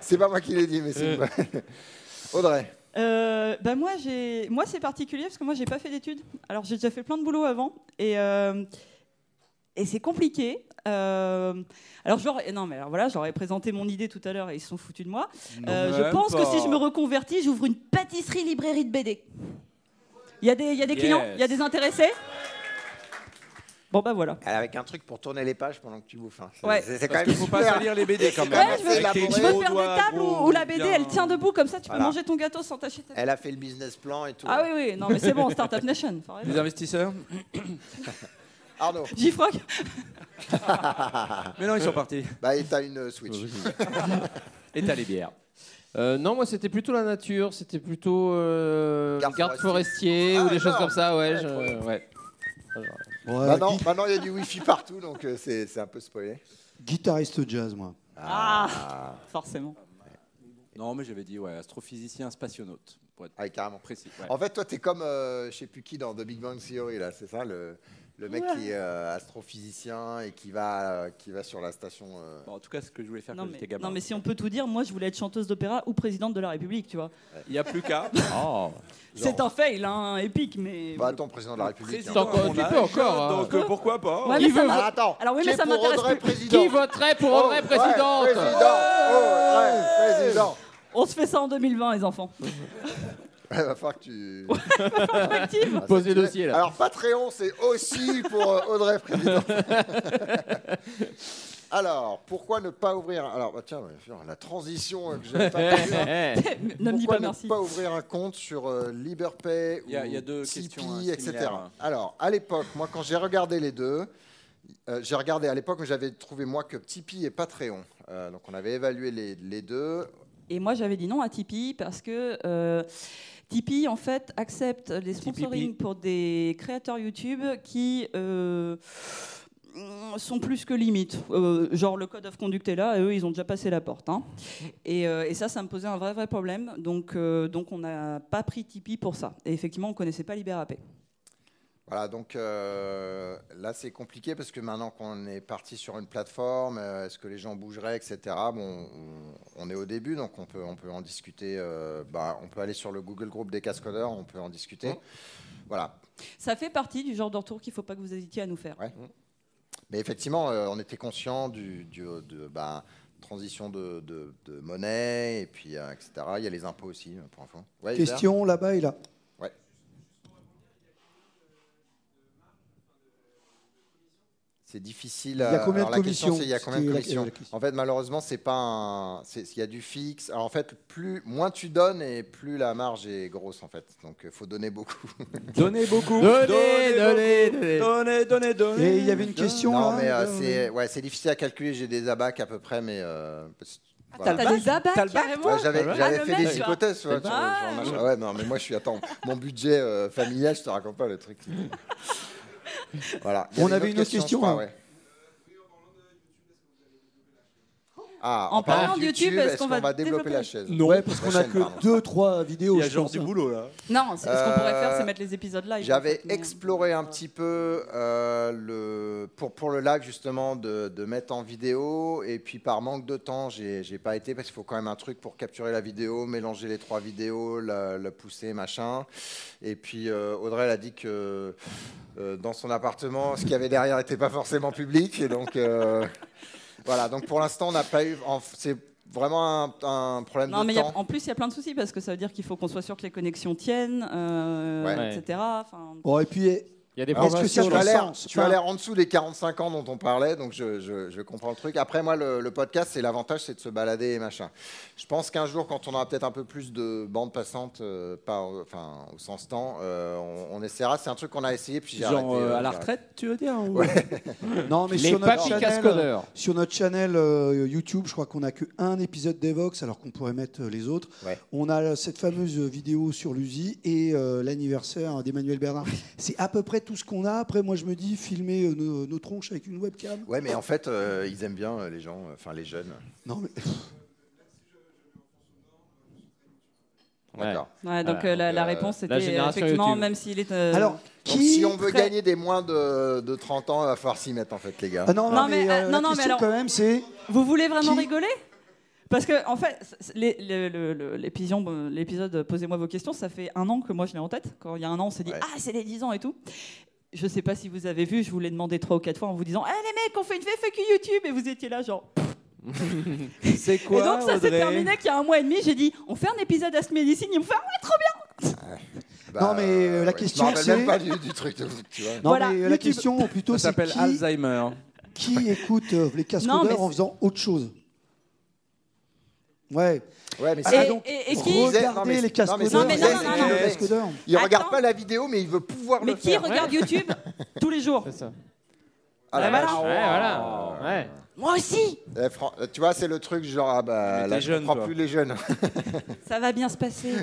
C'est pas moi qui l'ai dit, mais Euh. c'est [laughs] Audrey. Euh, bah moi, j'ai, moi c'est particulier parce que moi j'ai pas fait d'études. Alors j'ai déjà fait plein de boulot avant et euh, et c'est compliqué. Euh, alors j'aurais, non mais alors voilà, j'aurais présenté mon idée tout à l'heure et ils se sont foutus de moi. Euh, je même pense que pas. si je me reconvertis, j'ouvre une pâtisserie librairie de BD. Il y a des, il y a des Yes. clients, il y a des intéressés. Bon bah voilà. Elle avec un truc pour tourner les pages pendant que tu bouffes. hein. C'est- Ouais. C'est c'est quand Parce même qu'il faut pas super. salir les BD quand Ouais, même. je veux- Avec tes je Je veux veux gros faire doigts, des tables où, gros, où la BD bien. elle tient debout comme ça, tu peux Voilà. manger ton gâteau sans tâcher ta Elle a fait le business plan et tout. Ah oui oui, non mais c'est bon, Startup Nation. faut arrêter. Les investisseurs Arnaud, Gifroc, Mais non, ils sont partis. bah, et t'as une euh, Switch. [laughs] Et t'as les bières. Euh, non, moi c'était plutôt la nature, c'était plutôt euh, Garde garde, forestier. forestier Ah, ou des choses non. comme ça, ouais. Ouais, je- trop bien. ouais. Ouais, Maintenant, gui- maintenant, il y a du Wi-Fi partout, donc euh, c'est c'est un peu spoilé. guitariste jazz, moi. Ah, forcément. [laughs] Non, mais j'avais dit, ouais, astrophysicien, spationaute, pour être Ah. Ouais, carrément. précis. ouais. Oh. En fait, toi, t'es comme, euh, je sais plus qui, dans The Big Bang Theory, là, c'est ça le... Le mec qui est euh, astrophysicien et qui va, euh, qui va sur la station. euh, Bon, en tout cas, ce que je voulais faire Non quand mais, j'étais gamin. non, mais si on peut tout dire, moi je voulais être chanteuse d'opéra ou présidente de la République, tu vois. Il n'y a plus [laughs] qu'à. Oh, C'est un fail, hein, épique, mais. Bah, attends, président de la République. Président hein. T'en- à mon tu peux âge, encore, hein. Donc euh, pourquoi pas Ouais, mais Qui ça veut- m'a- Alors, attends. Ah, Alors oui, qui mais est ça pour m'intéresse Audrey, plus. président. Qui voterait pour André Oh, présidente ouais, président. Oh, ouais, président. On se fait ça en 2020, les enfants. Il va falloir que tu. Active. [laughs] Ah, Pose c'est les clair. dossiers, là. Alors Patreon, c'est aussi pour euh, Audrey [laughs] Président. Alors, pourquoi ne pas ouvrir Alors, bah, tiens, bien sûr, la transition euh, que j'ai [laughs] pas prévue, hein. ne me dis Pourquoi pas merci. ne pas ouvrir un compte sur euh, Liberpay ou Il y a- il y a deux Tipeee, questions, hein, etc. similaires. Alors, à l'époque, moi, quand j'ai regardé les deux, euh, j'ai regardé à l'époque, j'avais trouvé moi que Tipeee et Patreon. Euh, donc, on avait évalué les, les deux. Et moi j'avais dit non à Tipeee parce que euh, Tipeee en fait accepte les sponsorings pour des créateurs YouTube qui. euh, sont plus que limite. Euh, genre le code of conduct est là, et eux ils ont déjà passé la porte. hein. Et, euh, et ça, ça me posait un vrai vrai problème. Donc, euh, donc on n'a pas pris Tipeee pour ça. Et effectivement, on connaissait pas Libérapay. Voilà, donc euh, là c'est compliqué parce que maintenant qu'on est parti sur une plateforme, euh, est-ce que les gens bougeraient, etc. Bon, on, on est au début, donc on peut, on peut en discuter. euh, bah, on peut aller sur le Google Group des cascodeurs, on peut en discuter. Voilà. Ça fait partie du genre de retour qu'il faut pas que vous hésitiez à nous faire. Mais effectivement, euh, on était conscient du, du- de bah, transition de, de- de monnaie et puis euh, etc. Il y a les impôts aussi, euh, pour info. Ouais, Hubert Question là-bas et là. c'est difficile. y a à- combien alors de la question, commissions c'est Il y a combien de C'était la- commissions la question. En fait, malheureusement, c'est pas un. c'est- Il y a du fixe. Alors, en fait, plus moins tu donnes et plus la marge est grosse en fait. Donc, euh, faut donner beaucoup. Donnez beaucoup. [laughs] Donnez, donnez, donnez. Donnez, donnez, donnez. Et il y avait une question. non, là, mais euh, euh, c'est ouais, c'est difficile à calculer. J'ai des abacs à peu près, mais. euh, parce- voilà. Ah, T'as des abats T'as le bac, carrément Ouais, j'avais Ah, j'avais le Bah, fait mec, des tu vois. hypothèses. ouais, C'est sur- pas sur mal. machin. ouais, non, mais moi, je suis. Attends, mon budget euh, familial, je te raconte pas le truc. Voilà. Il y On avait avait une autre je question, crois, hein. ouais. Ah, En parlant de YouTube, est-ce qu'on va développer la développer chaise Non, ouais, parce qu'on a chaîne, que pardon. deux, trois vidéos. Il y a je genre pense, du hein. boulot là. Non, c'est- ce qu'on pourrait faire, Euh, c'est mettre les épisodes live. en J'avais fait, mais- exploré un petit peu euh, le, pour, pour le live, justement, de, de mettre en vidéo. Et puis, par manque de temps, j'ai j'ai pas été parce qu'il faut quand même un truc pour capturer la vidéo, mélanger les trois vidéos, la, la pousser, machin. Et puis, euh, Audrey, elle a dit que euh, dans son appartement, ce qu'il y avait derrière n'était pas forcément public. Et donc, euh, voilà. Donc, pour l'instant, on n'a pas eu. en- C'est vraiment un, un problème Non, de mais il y a- temps. en plus, il y a plein de soucis parce que ça veut dire qu'il faut qu'on soit sûr que les connexions tiennent, euh, Ouais. etc. Enfin, Bon, et puis, eh, Il y a des Alors, Alors, est-ce que formations. ça tu va as l'air, sens tu as Enfin- l'air en dessous des 45 ans dont on parlait, donc je, je- je comprends le truc. Après, moi, le, le podcast, c'est l'avantage, c'est de se balader et machin. Je pense qu'un jour, quand on aura peut-être un peu plus de bandes passantes, euh, pas, au- enfin, au sens temps, euh, on, on essaiera. C'est un truc qu'on a essayé, puis j'ai Genre arrêté, euh, euh, à la j'ai retraite, tu veux dire ou- non, mais Les sur notre papis channel, cascodeurs. Sur notre channel euh, YouTube, je crois qu'on n'a qu'un épisode d'Evox, alors qu'on pourrait mettre euh, les autres. Ouais. On a euh, cette fameuse vidéo sur l'USI et euh, l'anniversaire d'Emmanuel Bernard. C'est à peu près tout ce qu'on a. Après, moi, je me dis, filmer euh, nos, nos tronches avec une webcam. arrêté. Ouais, mais en fait, euh, ils aiment bien euh, les gens, euh, enfin les jeunes. Non, mais Ouais. D'accord. ouais, donc Voilà, euh, la, donc, la euh, réponse la c'était génération effectivement, YouTube. même s'il est. euh, alors, Donc, qui si on veut ferait- gagner des moins de, de 30 ans, il va falloir s'y mettre, en fait, les gars. Ah non, non, Non, mais, mais, euh, ah, non, la non, mais question, alors- quand même, c'est Vous voulez vraiment Qui- rigoler Parce que, en fait, c- c- les- le- le- le- l'épisode l'épisode Posez-moi vos questions, ça fait un an que moi je l'ai en tête. Quand il y a un an, on s'est dit Ouais. Ah, c'est les 10 ans et tout. Je sais pas si vous avez vu, je vous l'ai demandé trois ou quatre fois en vous disant Eh les mecs, on fait une VFQ YouTube Et vous étiez là, genre. C'est et quoi donc ça s'est Audrey terminé qu'il y a un mois et demi, j'ai dit On fait un épisode à ce Medicine, ils me font Ah, ouais, trop bien Bah, non, mais, euh, la ouais, question, Je me rappelle c'est- même pas du, du truc, tu vois. non, Voilà, mais, euh, la YouTube. question plutôt, Ça c'est s'appelle qui, Alzheimer. qui écoute euh, Non, les mais cascodeurs en c'est- faisant autre chose. Ouais. Ouais, mais Ah, c'est- Et- donc, et- et qui- Non, mais- regardez les non, mais cascodeurs. c'est- Non, mais non, non, non, non. les cascodeurs. Il regarde Attends. pas la vidéo, mais il veut pouvoir Mais le qui faire. regarde [laughs] YouTube tous les jours C'est ça. Ah, la Ouais, vache. Ouais, voilà. Ouais. Moi aussi Eh, Fran- euh, tu vois, c'est le truc genre, ah bah, Mais là, t'es je jeune, comprends toi. plus les jeunes. [laughs] Ça va bien se passer.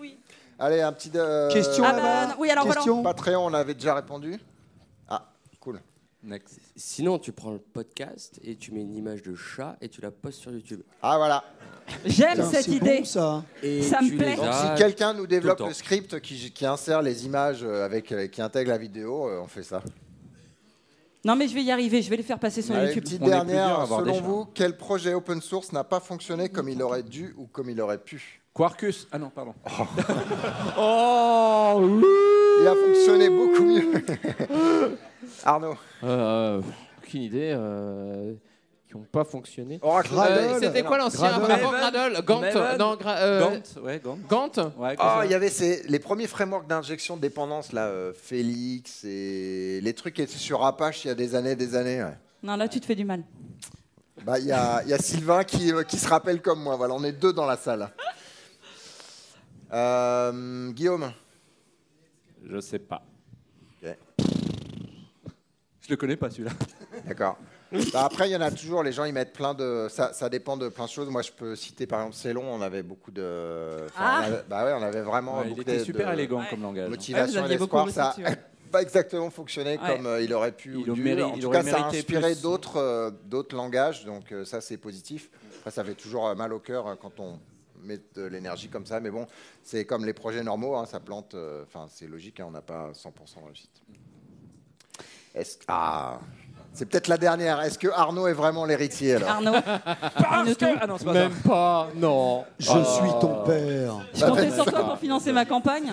oui. Allez, un petit... euh, Question Ah là-bas. bah, non, oui, alors voilà. Question. Patreon, on avait déjà répondu. Ah, cool. Next. Sinon, tu prends le podcast et tu mets une image de chat et tu la postes sur YouTube. Ah, voilà. J'aime Putain, cette c'est idée. bon, ça. Et Ça me tu plaît. les Donc, as Ah, si quelqu'un nous développe tout le le temps. script qui, qui insère les images euh, avec, euh, qui intègre la vidéo, euh, on fait ça. Non, mais je vais y arriver, je vais les faire passer sur Allez, une YouTube. petite On est plusieurs à dernière. avoir Selon déjà. vous, quel projet open source n'a pas fonctionné comme il aurait dû ou comme il aurait pu Quarkus. Ah non, pardon. Il a fonctionné beaucoup mieux. [laughs] Arnaud, Euh, aucune idée. euh, qui n'ont pas fonctionné. Oh, Oracle. Gradle. Euh, C'était quoi l'ancien Gradle. avant Gradle Gant Maven. Non, Gra- euh, Gant. Ouais, Gant. Gant Ouais, Ah, quoi, il y avait ces, les premiers frameworks d'injection de dépendance, là, euh, Félix et les trucs qui étaient sur Apache il y a des années, des années. ouais. Non, là, tu te fais du mal. Bah, il y a, il y a Sylvain qui, euh, qui se rappelle comme moi. Voilà, on est deux dans la salle. Euh, Guillaume, Je sais pas. Ok. Je le connais pas celui-là. d'accord. Bah, après, il y en a toujours. Les gens, ils mettent plein de. Ça, ça dépend de plein de choses. Moi, je peux citer par exemple Célon. On avait beaucoup de. enfin, Ah. on avait- bah ouais, on avait vraiment. Ouais, il beaucoup était de- super de élégant Ouais. comme langage. hein. Motivation Ouais, Ah, vous et aviez beaucoup l'espoir. Ça, réfléchi, a ouais. pas exactement fonctionné Ouais. comme euh, il aurait pu Il ou aurait dû. mérité- en il tout aurait cas, ça a mérité inspiré plus. d'autres euh, d'autres langages, donc euh, ça c'est positif. Après, ça fait toujours euh, mal au cœur euh, quand on met de l'énergie comme ça, mais bon, c'est comme les projets normaux, hein, ça plante. euh, Enfin, c'est logique, hein, on n'a pas 100% réussite. Est-ce ah, c'est peut-être la dernière. Est-ce que Arnaud est vraiment l'héritier alors [laughs] Arnaud, Parce que- Ah non, c'est pas ça. Même pas, non. Oh. Je suis ton père. je comptais sur toi pour financer ma campagne.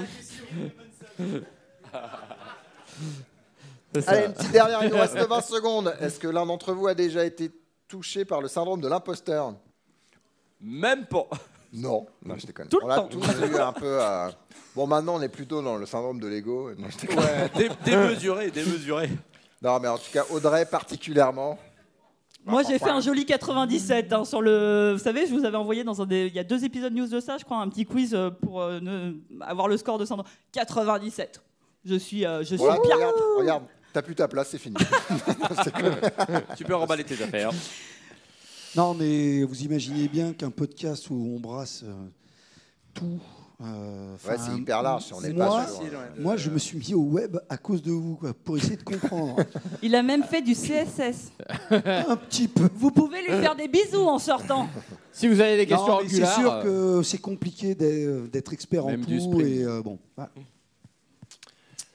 Allez, une petite dernière. Il nous reste [laughs] 20 secondes. Est-ce que l'un d'entre vous a déjà été touché par le syndrome de l'imposteur Même pas. Non, non, je déconne. Tout le on l'a temps. tous eu un peu. euh, à- Euh, Bon, maintenant, on est plutôt dans le syndrome de l'ego. Non, je déconne. Dé- démesuré, démesuré. Non, mais en tout cas, Audrey particulièrement. Moi, j'ai fait un joli 97 hein, sur le. Vous savez, je vous avais envoyé dans un des. Il y a deux épisodes news de ça, je crois, un petit quiz euh, pour euh, ne- avoir le score de Sandro. 97. Je suis, euh, je suis Voilà, bien. regarde, regarde, t'as plus ta place, c'est fini. Tu peux remballer tes affaires. Non, mais vous imaginez bien qu'un podcast où on brasse euh, tout. euh, Ouais, enfin, c'est hyper large, si on n'est moi, pas sûr. hein. Moi, je me suis mis au web à cause de vous, quoi, pour essayer de comprendre Il a même fait du CSS. un petit peu. Vous pouvez lui faire des bisous en sortant. Si vous avez des questions Non, mais c'est angulaires, sûr euh, que c'est compliqué d'être euh, d'être expert en Même du tout sprint. et euh, bon. voilà.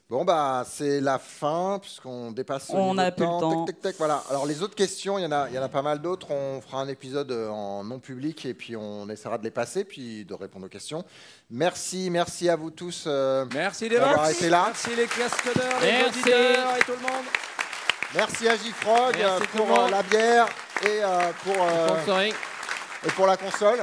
Bon, bah, c'est la fin, puisqu'on dépasse. On n'a a plus le temps. Tac, tac, tac, voilà. Alors, les autres questions, il y, en a- il y en a pas mal d'autres. On fera un épisode euh, en non public et puis on essaiera de les passer, puis de répondre aux questions. Merci, merci à vous tous. euh, Merci les D'avoir Vox. été là. Merci les cascadeurs, les Merci. auditeurs et tout le monde. merci à Gifrog Merci tout le pour euh, monde. la bière et, euh, pour, euh, sponsoring. et pour la console.